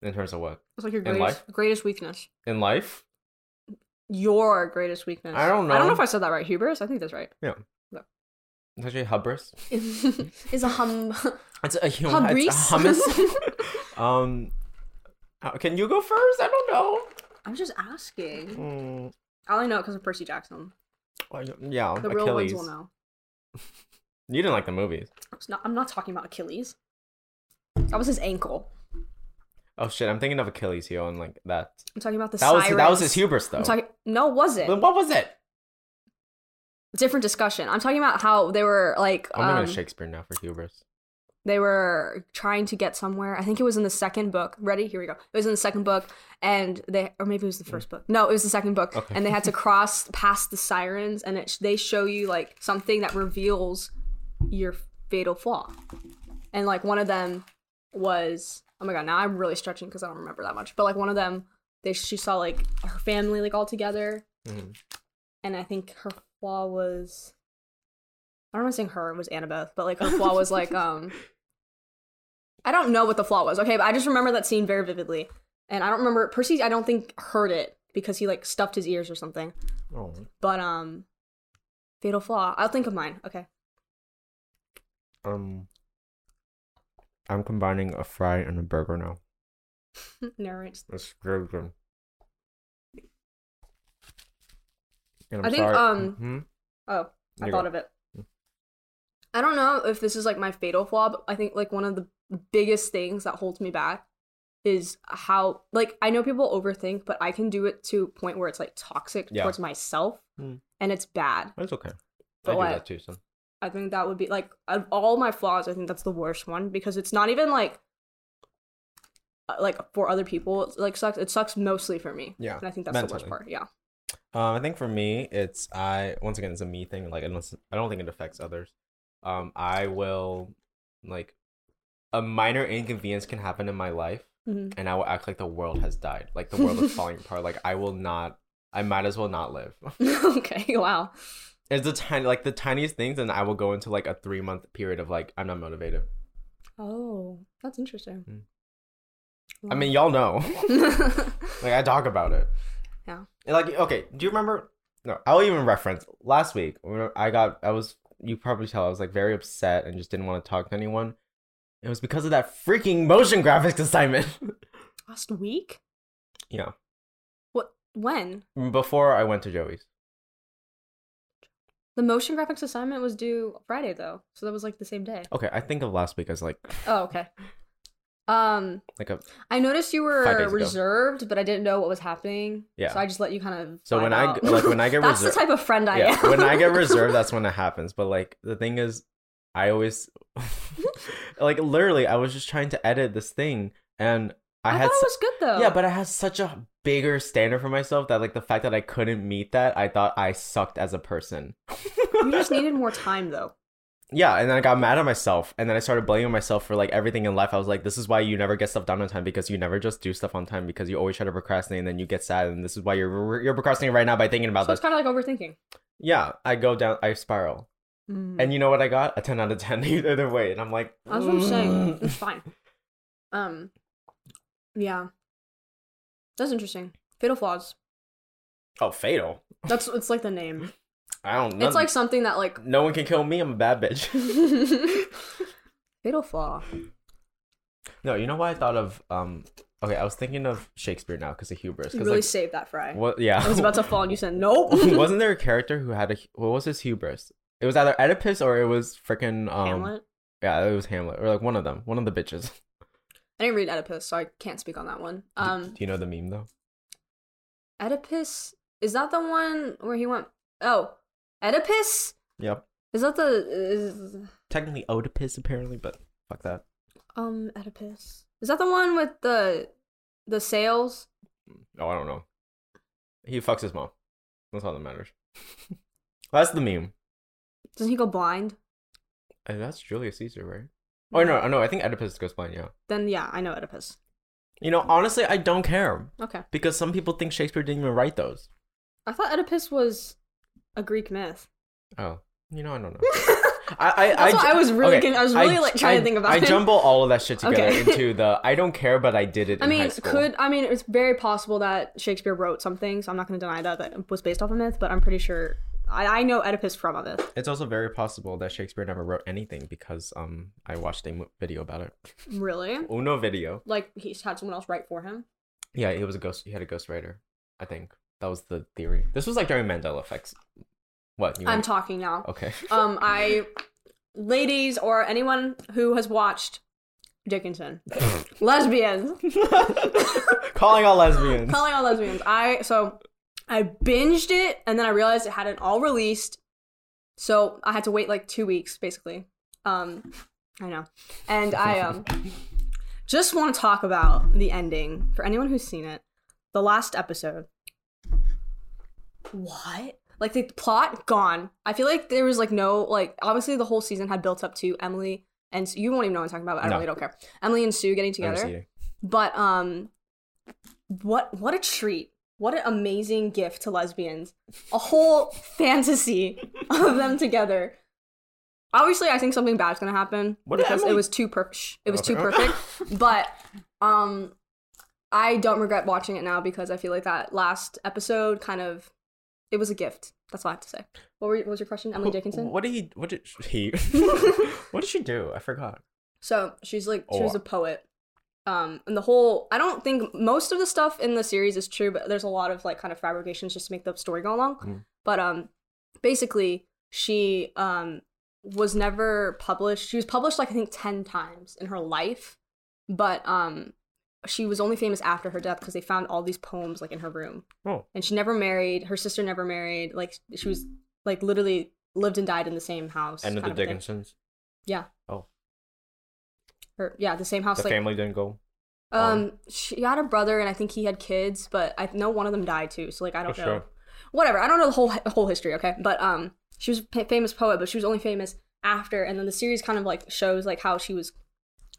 S2: In terms of what?
S1: What's like your
S2: In
S1: greatest greatest weakness?
S2: In life?
S1: Your greatest weakness.
S2: I don't
S1: I don't
S2: know.
S1: know if I said that right. Hubris. I think that's right.
S2: Yeah.
S1: No.
S2: It's actually hubris.
S1: Is a hum.
S2: It's a human. It's a
S1: Hubris?
S2: hummus. um, uh, can you go first? I don't know.
S1: I'm just asking.
S2: Mm,
S1: I only know because of Percy Jackson.
S2: well, Oh, yeah,
S1: The real
S2: Achilles.
S1: ones will know.
S2: You didn't like the movies.
S1: It's not- I'm not talking about Achilles. That was his ankle.
S2: Oh shit, I'm thinking of Achilles heel and like that.
S1: I'm talking about the
S2: That was that was
S1: sirens.
S2: his hubris though.
S1: I'm talking. No, was it?
S2: Then what was it?
S1: Different discussion. I'm talking about how they were like.
S2: I'm gonna
S1: um,
S2: go Shakespeare now for hubris.
S1: they were trying to get somewhere. I think it was in the second book. Ready? Here we go. It was in the second book, and they, or maybe it was the first book. No, it was the second book,
S2: Okay.
S1: and they had to cross past the sirens, and it, they show you like something that reveals your fatal flaw, and like one of them was oh my god. Now I'm really stretching because I don't remember that much, but like one of them, they she saw like her family like all together,
S2: Mhm.
S1: and I think her flaw was. I don't know if I'm saying her it was Annabeth, but like her flaw was like um I don't know what the flaw was, okay, but I just remember that scene very vividly. And I don't remember Percy I don't think heard it because he like stuffed his ears or something.
S2: Oh.
S1: But um Fatal Flaw. I'll think of mine. Okay.
S2: Um, I'm combining a fry and a burger now.
S1: Narrates.
S2: It's very good. And I'm
S1: I think,
S2: sorry-
S1: um,
S2: Mhm.
S1: Oh, I
S2: You
S1: thought
S2: go. Hmm.
S1: of it. I don't know if this is like my fatal flaw, but I think like one of the biggest things that holds me back is how like I know people overthink, but I can do it to a point where it's like toxic
S2: Yeah.
S1: towards myself
S2: Hmm.
S1: and it's bad.
S2: It's okay.
S1: But
S2: I
S1: what?
S2: do that too. So.
S1: I think that would be like of all my flaws. I think that's the worst one because it's not even like uh, like for other people. It's, like sucks. It sucks mostly for me.
S2: Yeah,
S1: and I think that's the worst
S2: mentally.
S1: part. Yeah,
S2: Um, I think for me, it's I once again it's a me thing. Like I don't, I don't think it affects others. Um, I will like a minor inconvenience can happen in my life,
S1: Mhm.
S2: and I will act like the world has died, like the world is falling apart. Like I will not. I might as well not live.
S1: okay. Wow.
S2: it's the tiny, like the tiniest things, and I will go into like a three month period of like I'm not motivated.
S1: Oh, that's interesting.
S2: Hmm. I mean, y'all know. Like I talk about it.
S1: Yeah.
S2: And, like okay, do you remember? No, I'll even reference last week. when I got, I was, you probably tell, I was like very upset and just didn't want to talk to anyone. It was because of that freaking motion graphics assignment.
S1: Last week?
S2: yeah.
S1: What? When?
S2: Before I went to Joey's.
S1: The motion graphics assignment was due Friday though, so that was like the same day.
S2: Okay, I think of last week as like
S1: Oh, okay. Um,
S2: like a
S1: I noticed you
S2: Five
S1: were
S2: days ago.
S1: reserved, but I didn't know what was happening.
S2: Yeah.
S1: So I just let you kind of.
S2: So when
S1: vibe
S2: I
S1: out.
S2: g- like, when I get
S1: that's
S2: reserved-
S1: the type of friend I
S2: yeah.
S1: am.
S2: when I get reserved, that's when it happens. But like the thing is, I always like literally I was just trying to edit this thing and I,
S1: I,
S2: had
S1: thought
S2: su-
S1: it was good though.
S2: yeah, but I had such a bigger standard for myself that like the fact that I couldn't meet that, I thought I sucked as a person.
S1: you just needed more time though.
S2: Yeah, and then I got mad at myself, and then I started blaming myself for like everything in life. I was like, "This is why you never get stuff done on time because you never just do stuff on time because you always try to procrastinate, and then you get sad, and this is why you're you're procrastinating right now by thinking about
S1: So it's
S2: this."
S1: kind of like overthinking.
S2: yeah, I go down, I spiral,
S1: Hmm.
S2: and you know what I got? A ten out of ten either way, and I'm like,
S1: That's what I'm saying.
S2: "Mm."
S1: It's fine. Um, yeah. That's interesting. Fatal flaws.
S2: "Oh, fatal!
S1: That's it's like the name.
S2: I don't.
S1: It's like something that like
S2: no one can kill me. I'm a bad bitch."
S1: fatal flaw.
S2: no, you know what I thought of? Um, okay, I was thinking of Shakespeare now because of hubris.
S1: You
S2: 'cause,
S1: really
S2: like,
S1: saved that fry.
S2: what? Yeah,
S1: I was about to fall and you said nope.
S2: wasn't there a character who had a what was his hubris? It was either Oedipus or it was freaking um,
S1: Hamlet.
S2: Yeah, it was Hamlet or like one of them, one of the bitches.
S1: I didn't read Oedipus, so I can't speak on that one. Um,
S2: Do you know the meme though?
S1: Oedipus is that the one where he went? Oh, Oedipus
S2: Yep.
S1: is that the is,
S2: Technically Oedipus apparently, but fuck that.
S1: um Oedipus is that the one with the the sails?
S2: Oh, I don't know. He fucks his mom. That's all that matters. that's the meme.
S1: Doesn't he go blind?
S2: Uh, that's Julius Caesar, right? Oh no, no, I think Oedipus goes blind. Yeah.
S1: Then yeah, I know Oedipus.
S2: You know, honestly, I don't care
S1: Okay,
S2: because some people think Shakespeare didn't even write those.
S1: I thought Oedipus was a Greek myth.
S2: Oh, you know, I don't know. I, I,
S1: That's what
S2: ju-
S1: I was really
S2: okay,
S1: con- I was really, like, trying to
S2: I-
S1: think about
S2: I
S1: it.
S2: jumble all of that shit together
S1: Okay.
S2: into the I don't care, but I did it.
S1: I
S2: in high
S1: mean,
S2: school.
S1: could I mean it's very possible that Shakespeare wrote something, so I'm not going to deny that that was based off a myth, but I'm pretty sure I, I know Oedipus from a myth.
S2: It's also very possible that Shakespeare never wrote anything because um I watched a mo- video about it.
S1: Really?
S2: Uno video.
S1: Like he's had someone else write for him.
S2: Yeah, it was a ghost. He had a ghostwriter. I think that was the theory. This was like during Mandela effects. What you?
S1: I'm
S2: want-
S1: talking now.
S2: Okay.
S1: Um, I, ladies or anyone who has watched Dickinson, lesbians,
S2: Calling all lesbians.
S1: calling all lesbians. I so I binged it and then I realized it hadn't all released, so I had to wait like two weeks basically. Um, I know, and I um just want to talk about the ending for anyone who's seen it. The last episode. What? Like the plot gone. I feel like there was like no like obviously the whole season had built up to Emily and Sue- you won't even know what I'm talking about. But I
S2: No.
S1: really don't care. Emily and Sue getting together.
S2: eating.
S1: But um what what a treat. What an amazing gift to lesbians. A whole fantasy of them together. Obviously, I think something bad's gonna happen
S2: What did
S1: because it
S2: Emily-
S1: was too perfect. It was too
S2: Okay.
S1: perfect. but um I don't regret watching it now because I feel like that last episode kind of it was a gift. That's all I have to say. What, were, what was your question, Emily
S2: Wh-
S1: Dickinson?
S2: What did he? What did he? what did she do? I forgot.
S1: So she's like she was
S2: Or-
S1: a poet. Um, and the whole I don't think most of the stuff in the series is true, but there's a lot of like kind of fabrications just to make the story go along.
S2: Mm-hmm.
S1: But um basically she um was never published. She was published like I think ten times in her life, but um she was only famous after her death because they found all these poems like in her room.
S2: Oh.
S1: And she never married, her sister never married, like she was like literally lived and died in the same house.
S2: End of the
S1: kind a thing.
S2: Dickinsons.
S1: Yeah.
S2: Oh.
S1: Her, yeah, the same house.
S2: The
S1: like,
S2: family didn't go.
S1: um, she had a brother, and I think he had kids, but I know one of them died too. So like, I don't
S2: Oh,
S1: know.
S2: sure.
S1: Whatever, I don't know the whole whole history. Okay, but um, she was a pa- famous poet, but she was only famous after, and then the series kind of like shows like how she was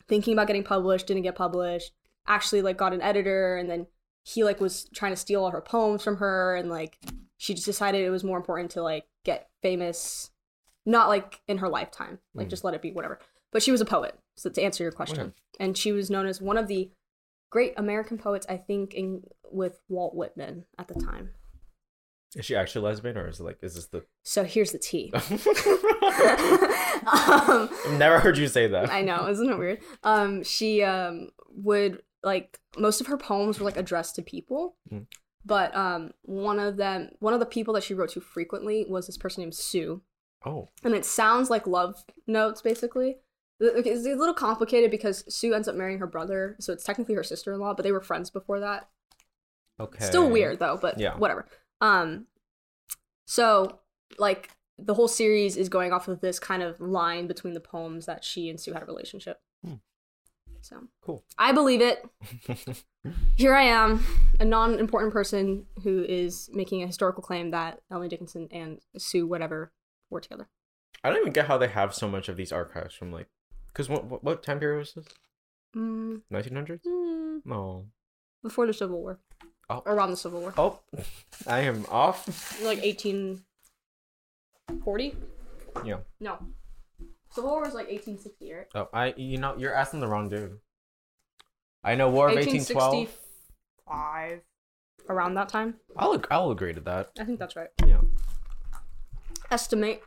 S1: thinking about getting published, didn't get published, actually like got an editor, and then he like was trying to steal all her poems from her, and like she just decided it was more important to like get famous, not like in her lifetime, like just let it be whatever. But she was a poet, so to answer your question,
S2: Okay.
S1: and she was known as one of the great American poets, I think, in with Walt Whitman at the time.
S2: Is she actually lesbian or is it like is this the
S1: So here's the tea.
S2: I've
S1: um,
S2: never heard you say that.
S1: I know, isn't it weird? Um, she um would like most of her poems were like addressed to people,
S2: Mhm.
S1: but um one of them, one of the people that she wrote to frequently was this person named Sue,
S2: Oh.
S1: and it sounds like love notes basically. It- It's a little complicated because Sue ends up marrying her brother, so it's technically her sister-in-law, but they were friends before that.
S2: Okay.
S1: Still weird though, but
S2: Yeah.
S1: whatever. Um, so like the whole series is going off of this kind of line between the poems that she and Sue had a relationship.
S2: Hmm.
S1: So
S2: Cool.
S1: I believe it. Here I am, a non-important person who is making a historical claim that Emily Dickinson and Sue whatever were together.
S2: I don't even get how they have so much of these archives from like cuz what, what what time period was this?
S1: Mm,
S2: 1900s?
S1: mm,
S2: No.
S1: before the Civil War,
S2: Oh.
S1: around the Civil War,
S2: Oh. I am off.
S1: like eighteen forty.
S2: Yeah.
S1: No, Civil War was like eighteen sixty, right?
S2: Oh, I you know you're asking the wrong dude. I know War of 1812.
S1: 1865 around that time
S2: I'll ag- I'll agree to that.
S1: i think that's right
S2: Yeah.
S1: estimate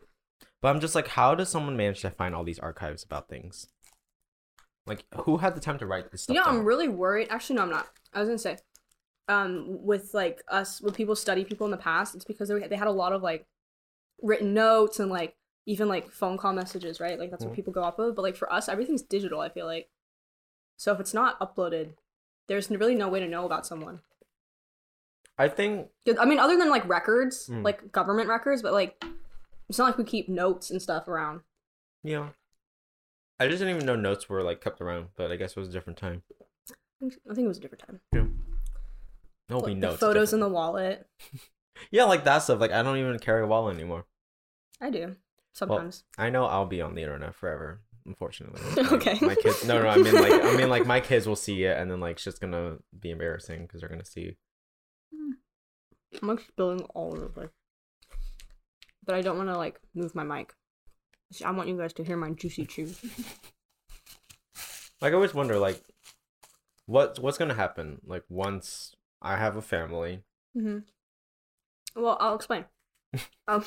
S2: But I'm just like, how does someone manage to find all these archives about things? Like, who had the time to write this stuff?
S1: you know i'm
S2: down?
S1: really worried actually no i'm not i was gonna say um with like us when people study people in the past it's because they, they had a lot of like written notes and like even like phone call messages right like
S2: Mm-hmm.
S1: that's what people go off of but like for us everything's digital i feel like so if it's not uploaded there's really no way to know about someone
S2: I think
S1: 'Cause, i mean other than like records
S2: Mm.
S1: like government records but like it's not like we keep notes and stuff around
S2: yeah. I just didn't even know notes were like kept around, but I guess it was a different time.
S1: I think it was a different time.
S2: Yeah. No,
S1: Like,
S2: we
S1: the
S2: know
S1: photos in the wallet.
S2: yeah, like that stuff. Like I don't even carry a wallet anymore.
S1: I do
S2: Well,
S1: sometimes.
S2: I know I'll be on the internet forever, unfortunately.
S1: Okay.
S2: My kids. No, no. I mean, like, I mean, like, my kids will see it, and then like, it's just gonna be embarrassing because they're gonna see.
S1: I'm like spilling all over the place, but I don't want to like move my mic. I want you guys to hear my juicy chew.
S2: Like, I always wonder, like, what's what's gonna happen? Like, once I have a family,
S1: hmm Well, I'll explain. um,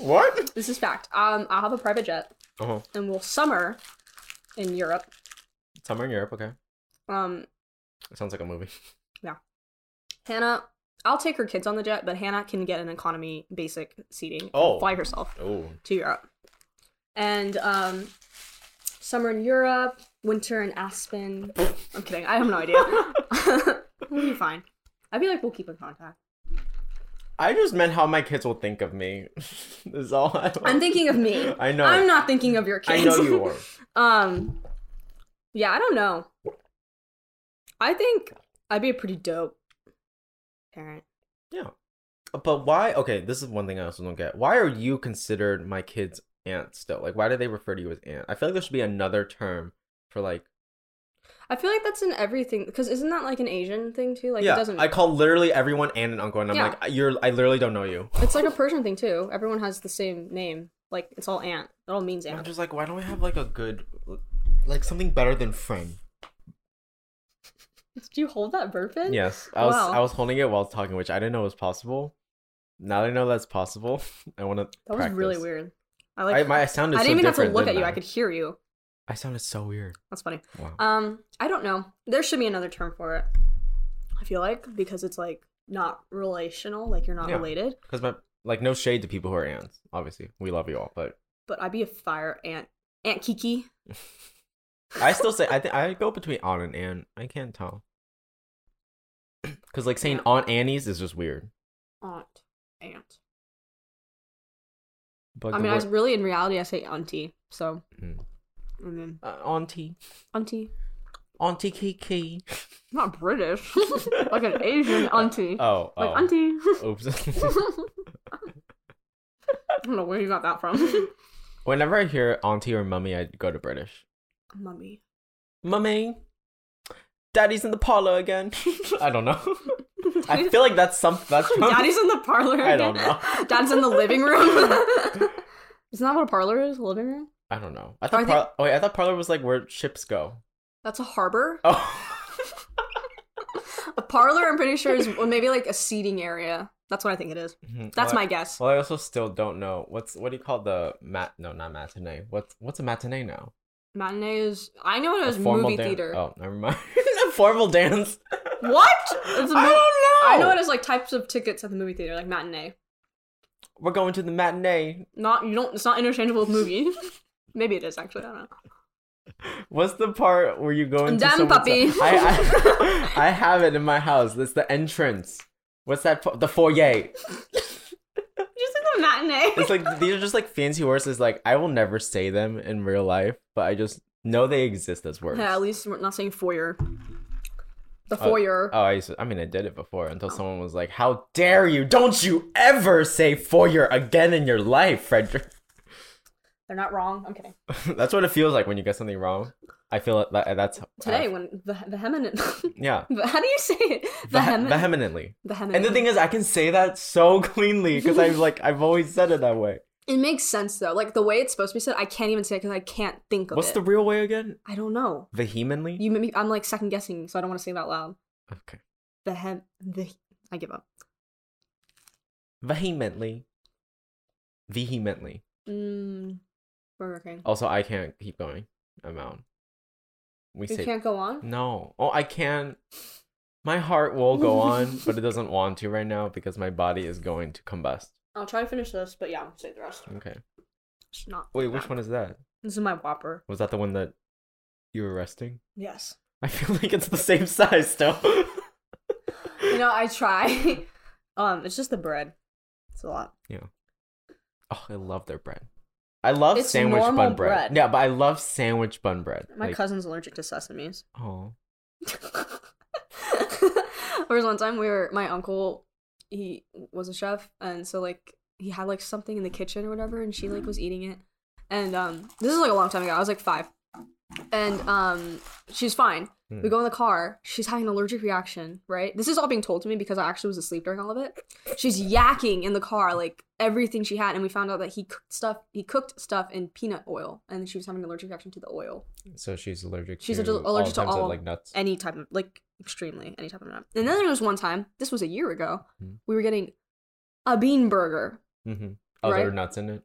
S2: What?
S1: this is fact. Um, I'll have a private jet,
S2: Oh,
S1: and we'll summer in Europe.
S2: summer in Europe. Okay,
S1: Um,
S2: it sounds like a movie.
S1: Hannah, I'll take her kids on the jet, but Hannah can get an economy basic seating. and
S2: Oh.
S1: fly herself.
S2: Oh,
S1: to Europe. And um, summer in Europe, winter in Aspen. I'm kidding. I have no idea. we'll be fine. I feel like we'll keep in contact.
S2: I just meant how my kids will think of me. is all I.
S1: I'm thinking of me.
S2: I know.
S1: I'm not thinking of your
S2: I
S1: kids.
S2: know you are.
S1: um, yeah, I don't know. I think I'd be a pretty dope parent.
S2: Yeah, but why? Okay, this is one thing I also don't get. Why are you considered my kid's aunt still? Like, why do they refer to you as aunt? I feel like there should be another term for like.
S1: I feel like that's in everything because isn't that like an Asian thing too? Like
S2: yeah,
S1: it doesn't.
S2: I call literally everyone aunt and uncle, and I'm
S1: Yeah.
S2: like, you're. I literally don't know you.
S1: it's like a Persian thing too. Everyone has the same name. Like it's all aunt. It all means
S2: I'm
S1: aunt.
S2: just like, why don't we have like a good, like something better than friend?
S1: Do you hold that burp in?
S2: Yes, I was
S1: Wow.
S2: I was holding it while talking, which I didn't know was possible. Now that I know that's possible, I want to.
S1: That was really weird. I
S2: I,
S1: like. I,
S2: my, I sounded. so
S1: didn't even have to
S2: different,
S1: look at
S2: didn't
S1: you. I could hear you.
S2: I sounded so weird.
S1: That's funny.
S2: Wow.
S1: Um, I don't know. There should be another term for it. I feel like because it's like not relational, like you're not
S2: Yeah.
S1: related.
S2: Because my like no shade to people who are ants. Obviously, we love you all, but
S1: But I'd be a fire aunt, Aunt Kiki.
S2: I still say I think I go between on and Ann. I can't tell. Because like saying Aunt Annie's is just weird.
S1: Aunt, aunt.
S2: But
S1: I
S2: the
S1: mean, I was
S2: word-
S1: really in reality. I say auntie. So,
S2: Mm.
S1: and then
S2: uh, auntie,
S1: auntie.
S2: auntie Kiki.
S1: I'm not British, like an Asian auntie.
S2: Oh,
S1: like
S2: oh.
S1: auntie.
S2: Oops.
S1: I don't know where you got that from.
S2: Whenever I hear auntie or mummy, I go to British.
S1: Mummy.
S2: Mummy, daddy's in the parlor again. I don't know. I feel like that's some. That's from-
S1: Daddy's in the parlor. Again.
S2: I don't know.
S1: Dad's in the living room. Isn't that what a parlor is? A living room?
S2: I don't know. I thought.
S1: I
S2: Par- oh wait, I thought parlor was like where ships go.
S1: That's a harbor.
S2: Oh,
S1: A parlor, I'm pretty sure, is well, maybe like a seating area. That's what I think it is.
S2: Mhm.
S1: That's
S2: Well,
S1: my guess.
S2: Well, I also still don't know what's what do you call the mat? No, not matinee. What's what's a matinee now?
S1: Matinee is. I know it
S2: A
S1: was
S2: formal
S1: movie
S2: dan-
S1: theater.
S2: Oh, never mind. a formal dance.
S1: What? It's a
S2: I
S1: mov-
S2: don't know.
S1: I know it is like types of tickets at the movie theater, like matinee.
S2: We're going to the matinee.
S1: Not you don't. It's not interchangeable with movie. Maybe it is actually. I don't know.
S2: What's the part where you go into
S1: Damn,
S2: someone's-
S1: puppy.
S2: I, I, I have it in my house. That's the entrance. What's that? po- The foyer.
S1: Did you say the matinee?
S2: It's like these are just like fancy words. It's like I will never say them in real life, but I just know they exist as words.
S1: yeah, at least we're not saying foyer. The
S2: Oh,
S1: foyer.
S2: Oh, I, used to- I mean, I did it before until someone was like, "How dare you? Don't you ever say foyer again in your life, Frederick."
S1: They're not wrong. I'm kidding.
S2: that's what it feels like when you get something wrong. I feel it- that that's uh,
S1: Today, when the vehemently,
S2: yeah,
S1: how do you say it?
S2: Vehem- vehemently.
S1: Vehemently. Vehemently.
S2: And the thing is, I can say that so cleanly because I've like I've always said it that way.
S1: it makes sense though. Like the way it's supposed to be said, I can't even say it because I can't think of
S2: What's
S1: it.
S2: the real way again?
S1: I don't know.
S2: Vehemently.
S1: You, made me- I'm like second guessing, so I don't want to say it out loud.
S2: okay.
S1: Vehem, the, I give up.
S2: Vehemently. Vehemently.
S1: Mm, Burger King.
S2: Also, I can't keep going. I'm out. We
S1: You
S2: say
S1: can't go on.
S2: No. Oh, I can. My heart will go on, but it doesn't want to right now because my body is going to combust.
S1: I'll try to finish this, but yeah, I'll say the rest.
S2: Okay.
S1: It's not.
S2: Wait, which one is that?
S1: This is my Whopper.
S2: Was that the one that you were resting?
S1: Yes.
S2: I feel like it's the same size still.
S1: You know, I try. um, it's just the bread. It's a lot.
S2: yeah. Oh, I love their bread. I love
S1: It's
S2: sandwich
S1: normal
S2: bun bread.
S1: bread.
S2: Yeah, but I love sandwich bun bread.
S1: My
S2: Like,
S1: cousin's allergic to sesames.
S2: Oh.
S1: there was one time we were my uncle he was a chef and so like he had like something in the kitchen or whatever and she like was eating it and um this is like a long time ago i was like five and um she's fine we go in the car she's having an allergic reaction right this is all being told to me because i actually was asleep during all of it she's yakking in the car like everything she had and we found out that he cooked stuff he cooked stuff in peanut oil and she was having an allergic reaction to the oil
S2: So she's allergic.
S1: She's
S2: to
S1: allergic allergic to
S2: types of,
S1: all
S2: like nuts.
S1: any type of like extremely any type of nut. And then there was one time, this was a year ago,
S2: Hmm.
S1: we were getting a bean burger,
S2: mm-hmm. Oh, there
S1: right?
S2: were nuts in it.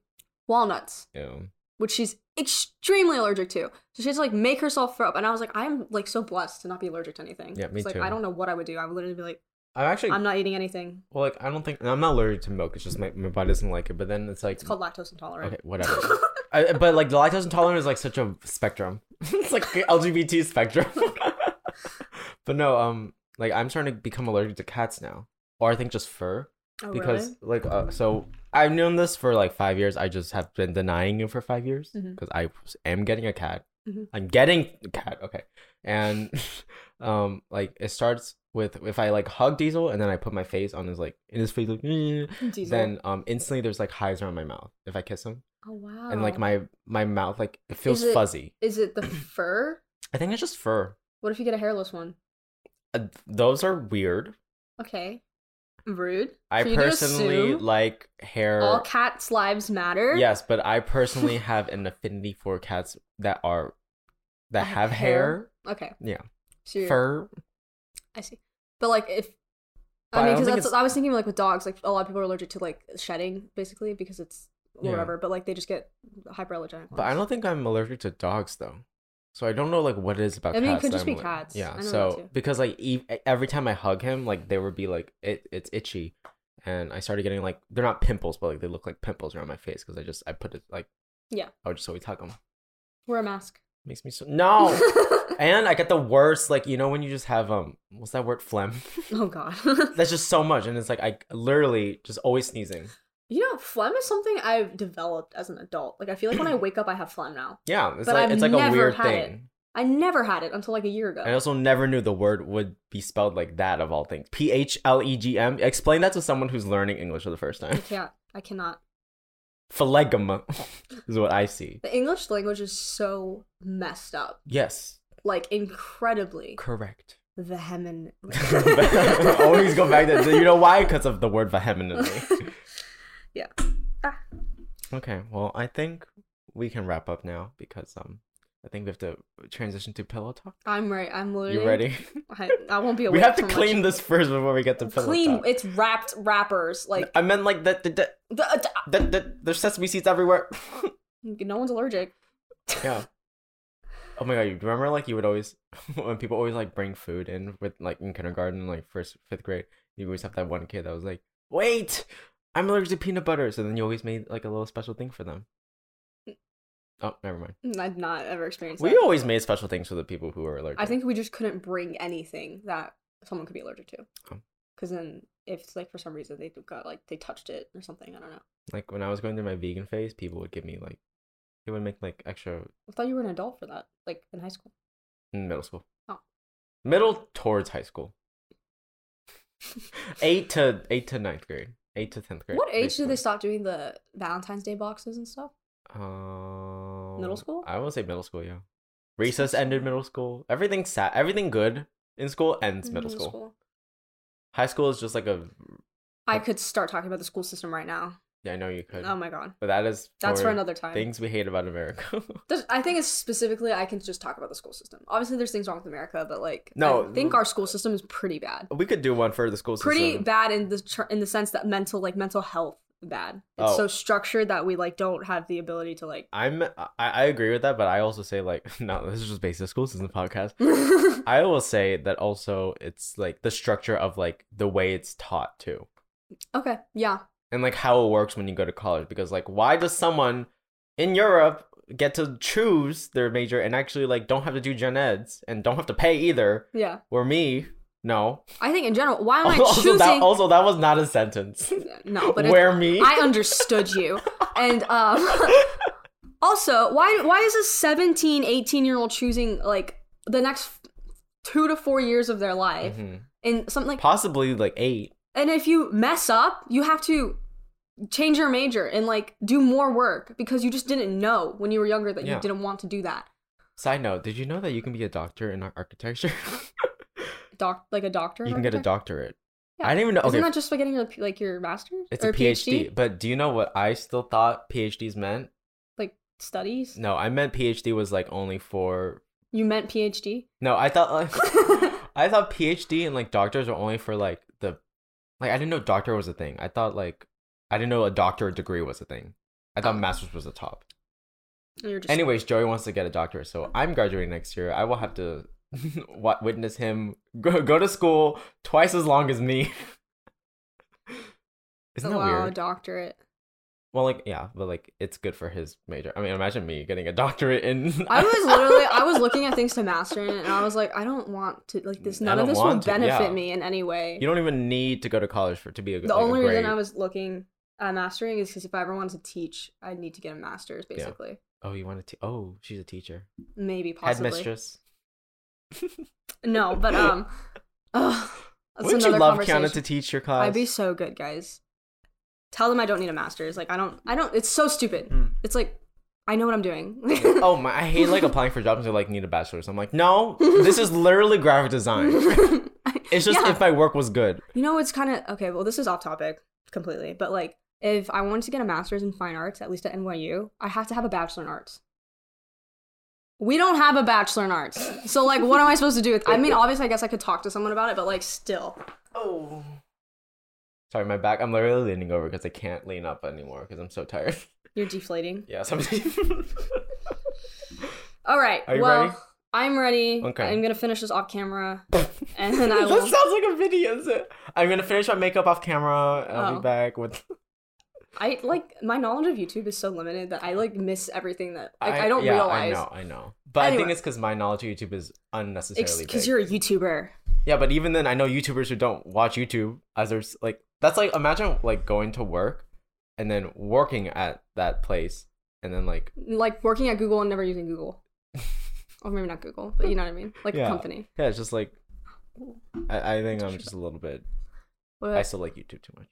S1: walnuts,
S2: Yeah.
S1: which she's extremely allergic to. So she had to like make herself throw up. And I was like, I'm like so blessed to not be allergic to anything.
S2: Yeah, me
S1: It's like
S2: too.
S1: I don't know what I would do. I would literally be like,
S2: I'm actually
S1: I'm not eating anything.
S2: Well, like I don't think I'm not allergic to milk. It's just my, my body doesn't like it. But then it's like
S1: It's called lactose intolerant.
S2: Mm. okay, whatever. I, but like the lactose intolerant is like such a spectrum. it's like the LGBT spectrum. but no, um, like I'm starting to become allergic to cats now, or I think just fur
S1: Oh,
S2: because
S1: really?
S2: like uh, so I've known this for like five years. I just have been denying it for five years
S1: Mm-hmm.
S2: because I was- am getting a cat.
S1: Mhm.
S2: I'm getting a cat. Okay, and um, like it starts with if I like hug Diesel and then I put my face on his like in his face like "Eh,"
S1: Diesel.
S2: then um instantly there's like highs around my mouth if I kiss him
S1: oh wow.
S2: and like my my mouth like it feels
S1: Is it-
S2: fuzzy.
S1: Is it the fur?
S2: I think it's just fur.
S1: What if you get a hairless one?
S2: Uh, those are weird.
S1: Okay. Rude.
S2: I
S1: For you to
S2: personally
S1: assume
S2: like hair.
S1: all cats' lives matter.
S2: Yes, but I personally have an affinity for cats that are that have hair.
S1: Okay.
S2: Yeah,
S1: So you're-
S2: fur.
S1: I see. But like if
S2: But I
S1: I
S2: don't
S1: mean because
S2: think
S1: that's
S2: it's-
S1: I was thinking like with dogs like a lot of people are allergic to like shedding basically because it's
S2: Yeah.
S1: whatever but like they just get hyperallergenic.
S2: But I
S1: ones.
S2: don't think I'm allergic to dogs though. So I don't know like what it is about.
S1: I mean, it
S2: cats
S1: could
S2: that
S1: just
S2: I'm
S1: be
S2: allergic-
S1: cats. I
S2: Yeah.
S1: know that
S2: So
S1: too.
S2: because like e- every time I hug him, like they would be like it, it's itchy, and I started getting like they're not pimples, but like they look like pimples around my face because I just I put it like
S1: yeah
S2: I would just always hug him.
S1: wear a mask.
S2: Makes me so no. and I get the worst like you know when you just have um what's that word phlegm.
S1: Oh god.
S2: That's just so much, and it's like I literally just always sneezing.
S1: you know, phlegm is something I've developed as an adult. Like I feel like when I wake up I have phlegm now.
S2: Yeah, it's
S1: But
S2: like
S1: I've
S2: it's like a
S1: never
S2: weird
S1: had it.
S2: thing.
S1: I never had it until like a year ago.
S2: I also never knew the word would be spelled like that of all things. P H L E G M. Explain that to someone who's learning English for the first
S1: I
S2: time.
S1: can't. I cannot.
S2: Phlegma is what I see.
S1: The English language is so messed up.
S2: Yes,
S1: Like incredibly
S2: correct.
S1: vehemently.
S2: Always go back to you know why? Because of the word vehemently.
S1: Yeah. Ah.
S2: Okay, well I think we can wrap up now because um I think we have to transition to pillow talk.
S1: I'm right. I'm literally.
S2: You ready?
S1: I, I won't be.
S2: we
S1: awake
S2: have to
S1: till much.
S2: clean this first before we get to pillow
S1: Clean.
S2: talk.
S1: It's wrapped wrappers. Like
S2: I meant like that. The, the,
S1: the,
S2: the, the, there's sesame seeds everywhere.
S1: the- no one's allergic.
S2: yeah. Oh my god! You remember like you would always when people always like bring food in with like in kindergarten, like first fifth grade, you always have that one kid that was like, "Wait, I'm allergic to peanut butter," so then you always made like a little special thing for them. Oh, never mind.
S1: I've not ever experienced.
S2: We
S1: that.
S2: always made special things for the people who were allergic.
S1: I think we just couldn't bring anything that someone could be allergic to.
S2: Oh.
S1: Because then, if like for some reason they got like they touched it or something, I don't know.
S2: like when I was going through my vegan phase, people would give me like they would make like extra
S1: I thought you were an adult for that, like in high school.
S2: in middle school.
S1: Oh.
S2: Middle towards high school. eight to eight to ninth grade. Eight to tenth grade.
S1: What age did
S2: basically.
S1: they stop doing the Valentine's Day boxes and stuff?
S2: Um,
S1: school?
S2: I want to say middle school, yeah. Recess ended middle school. Everything sat. Everything good in school ends middle, school. High school is just like a.
S1: I could start talking about the school system right now.
S2: Yeah, I know you could.
S1: Oh my god,
S2: but that is.
S1: that's for another time.
S2: Things we hate about America.
S1: There's- I think it's specifically I can just talk about the school system. Obviously, there's things wrong with America, but like
S2: No,
S1: I think
S2: the-
S1: our school system is pretty bad.
S2: we could do one for the school system.
S1: Pretty bad in the tr- in the sense that mental like mental health bad. It's
S2: Oh.
S1: so structured that we like don't have the ability to like.
S2: I'm. I, I agree with that, but I also say like, no, this is just based on school system podcast. I will say that also it's like the structure of like the way it's taught too.
S1: okay, yeah,
S2: and like how it works when you go to college because like why does someone in Europe get to choose their major and actually like don't have to do gen eds and don't have to pay either
S1: yeah.
S2: or me no
S1: I think in general, why am I
S2: also
S1: choosing?
S2: that also that was not a sentence
S1: no, but it's-
S2: where me
S1: I understood you. And um also, why why is a 17, 18 year old choosing like the next 2 to 4 years of their life
S2: Mhm.
S1: in something like
S2: possibly like eight
S1: and if you mess up, you have to change your major and like do more work because you just didn't know when you were younger that
S2: Yeah.
S1: you didn't want to do that.
S2: side note did you know that you can be a doctor in ar- architecture
S1: Doc like a doctor.
S2: you can get a
S1: doctor.
S2: doctorate I didn't even know okay
S1: Isn't that just like getting a, like your master's
S2: it's a PhD, but do you know what I still thought PhDs meant?
S1: Like studies?
S2: No, I meant PhD was like only for.
S1: You meant PhD?
S2: No, I thought like, I thought PhD and like doctors were only for like the like I didn't know doctor was a thing. I thought like I didn't know a doctorate degree was a thing. I thought master's was the top.
S1: You're just
S2: Anyways, Joey wants to get a doctorate, so I'm graduating next year. I will have to wa- witness him go, go to school twice as long as me. Isn't that
S1: Oh, wow, a
S2: weird?
S1: doctorate.
S2: well, like yeah, but like it's good for his major. I mean, imagine me getting a doctorate in.
S1: I was literally I was looking at things to master in it, and I was like, I don't want to like this.
S2: I
S1: None of
S2: don't
S1: this will
S2: want to,
S1: benefit
S2: yeah.
S1: me in any way.
S2: you don't even need to go to college for to be a
S1: the
S2: like, a
S1: only reason
S2: great-
S1: I was looking at mastering is because if I ever wanted to teach, I'd need to get a master's, basically,
S2: oh you wanted to oh she's a teacher
S1: maybe possibly.
S2: headmistress.
S1: No, but um, ugh, that's
S2: Wouldn't you
S1: another
S2: love Kiana to
S1: conversation.
S2: teach your class?
S1: I'd be so good, guys. Tell them I don't need a master's. Like I don't. I don't. It's so stupid.
S2: Hmm.
S1: It's like I know what I'm doing.
S2: oh my! I hate like applying for jobs and they're like need a bachelor's. I'm like, no, this is literally graphic design. It's just
S1: Yeah.
S2: if my work was good.
S1: You know, it's kind of okay. Well, this is off topic completely, but like, if I wanted to get a master's in fine arts, at least at NYU, I have to have a bachelor in arts. We don't have a bachelor in arts, so like, what am I supposed to do with? I mean, obviously, I guess I could talk to someone about it, but like, still,
S2: Oh, sorry, my back. I'm literally leaning over because I can't lean up anymore because I'm so tired.
S1: you're deflating.
S2: yeah, something.
S1: All right.
S2: Are you
S1: well,
S2: ready?
S1: I'm ready.
S2: Okay.
S1: I'm gonna finish this off camera, and then I will.
S2: That sounds like a video. Is it? I'm gonna finish my makeup off camera. and I'll
S1: Oh.
S2: be back with.
S1: I like my knowledge of YouTube is so limited that I like miss everything that like I, don't
S2: yeah, I
S1: realize.
S2: know. I know. But I
S1: Anyway.
S2: think it's because my knowledge of YouTube is unnecessarily. big.
S1: Because you're a YouTuber.
S2: Yeah, but even then, I know YouTubers who don't watch YouTube as there's like that's like imagine like going to work and then working at that place and then like
S1: like working at Google and never using Google. or maybe not Google, but you know what I mean? Like
S2: yeah,
S1: a company.
S2: Yeah, it's just like I, I think I'm just a little bit. I
S1: But,
S2: still like YouTube too much.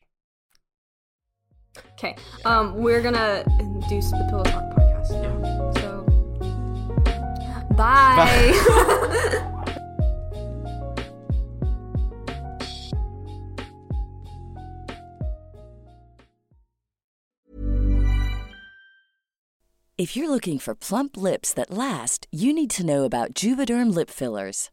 S1: okay. Um, we're gonna do s- the Pillow Talk podcast. So bye.
S3: If you're looking for plump lips that last, you need to know about Juvederm lip fillers.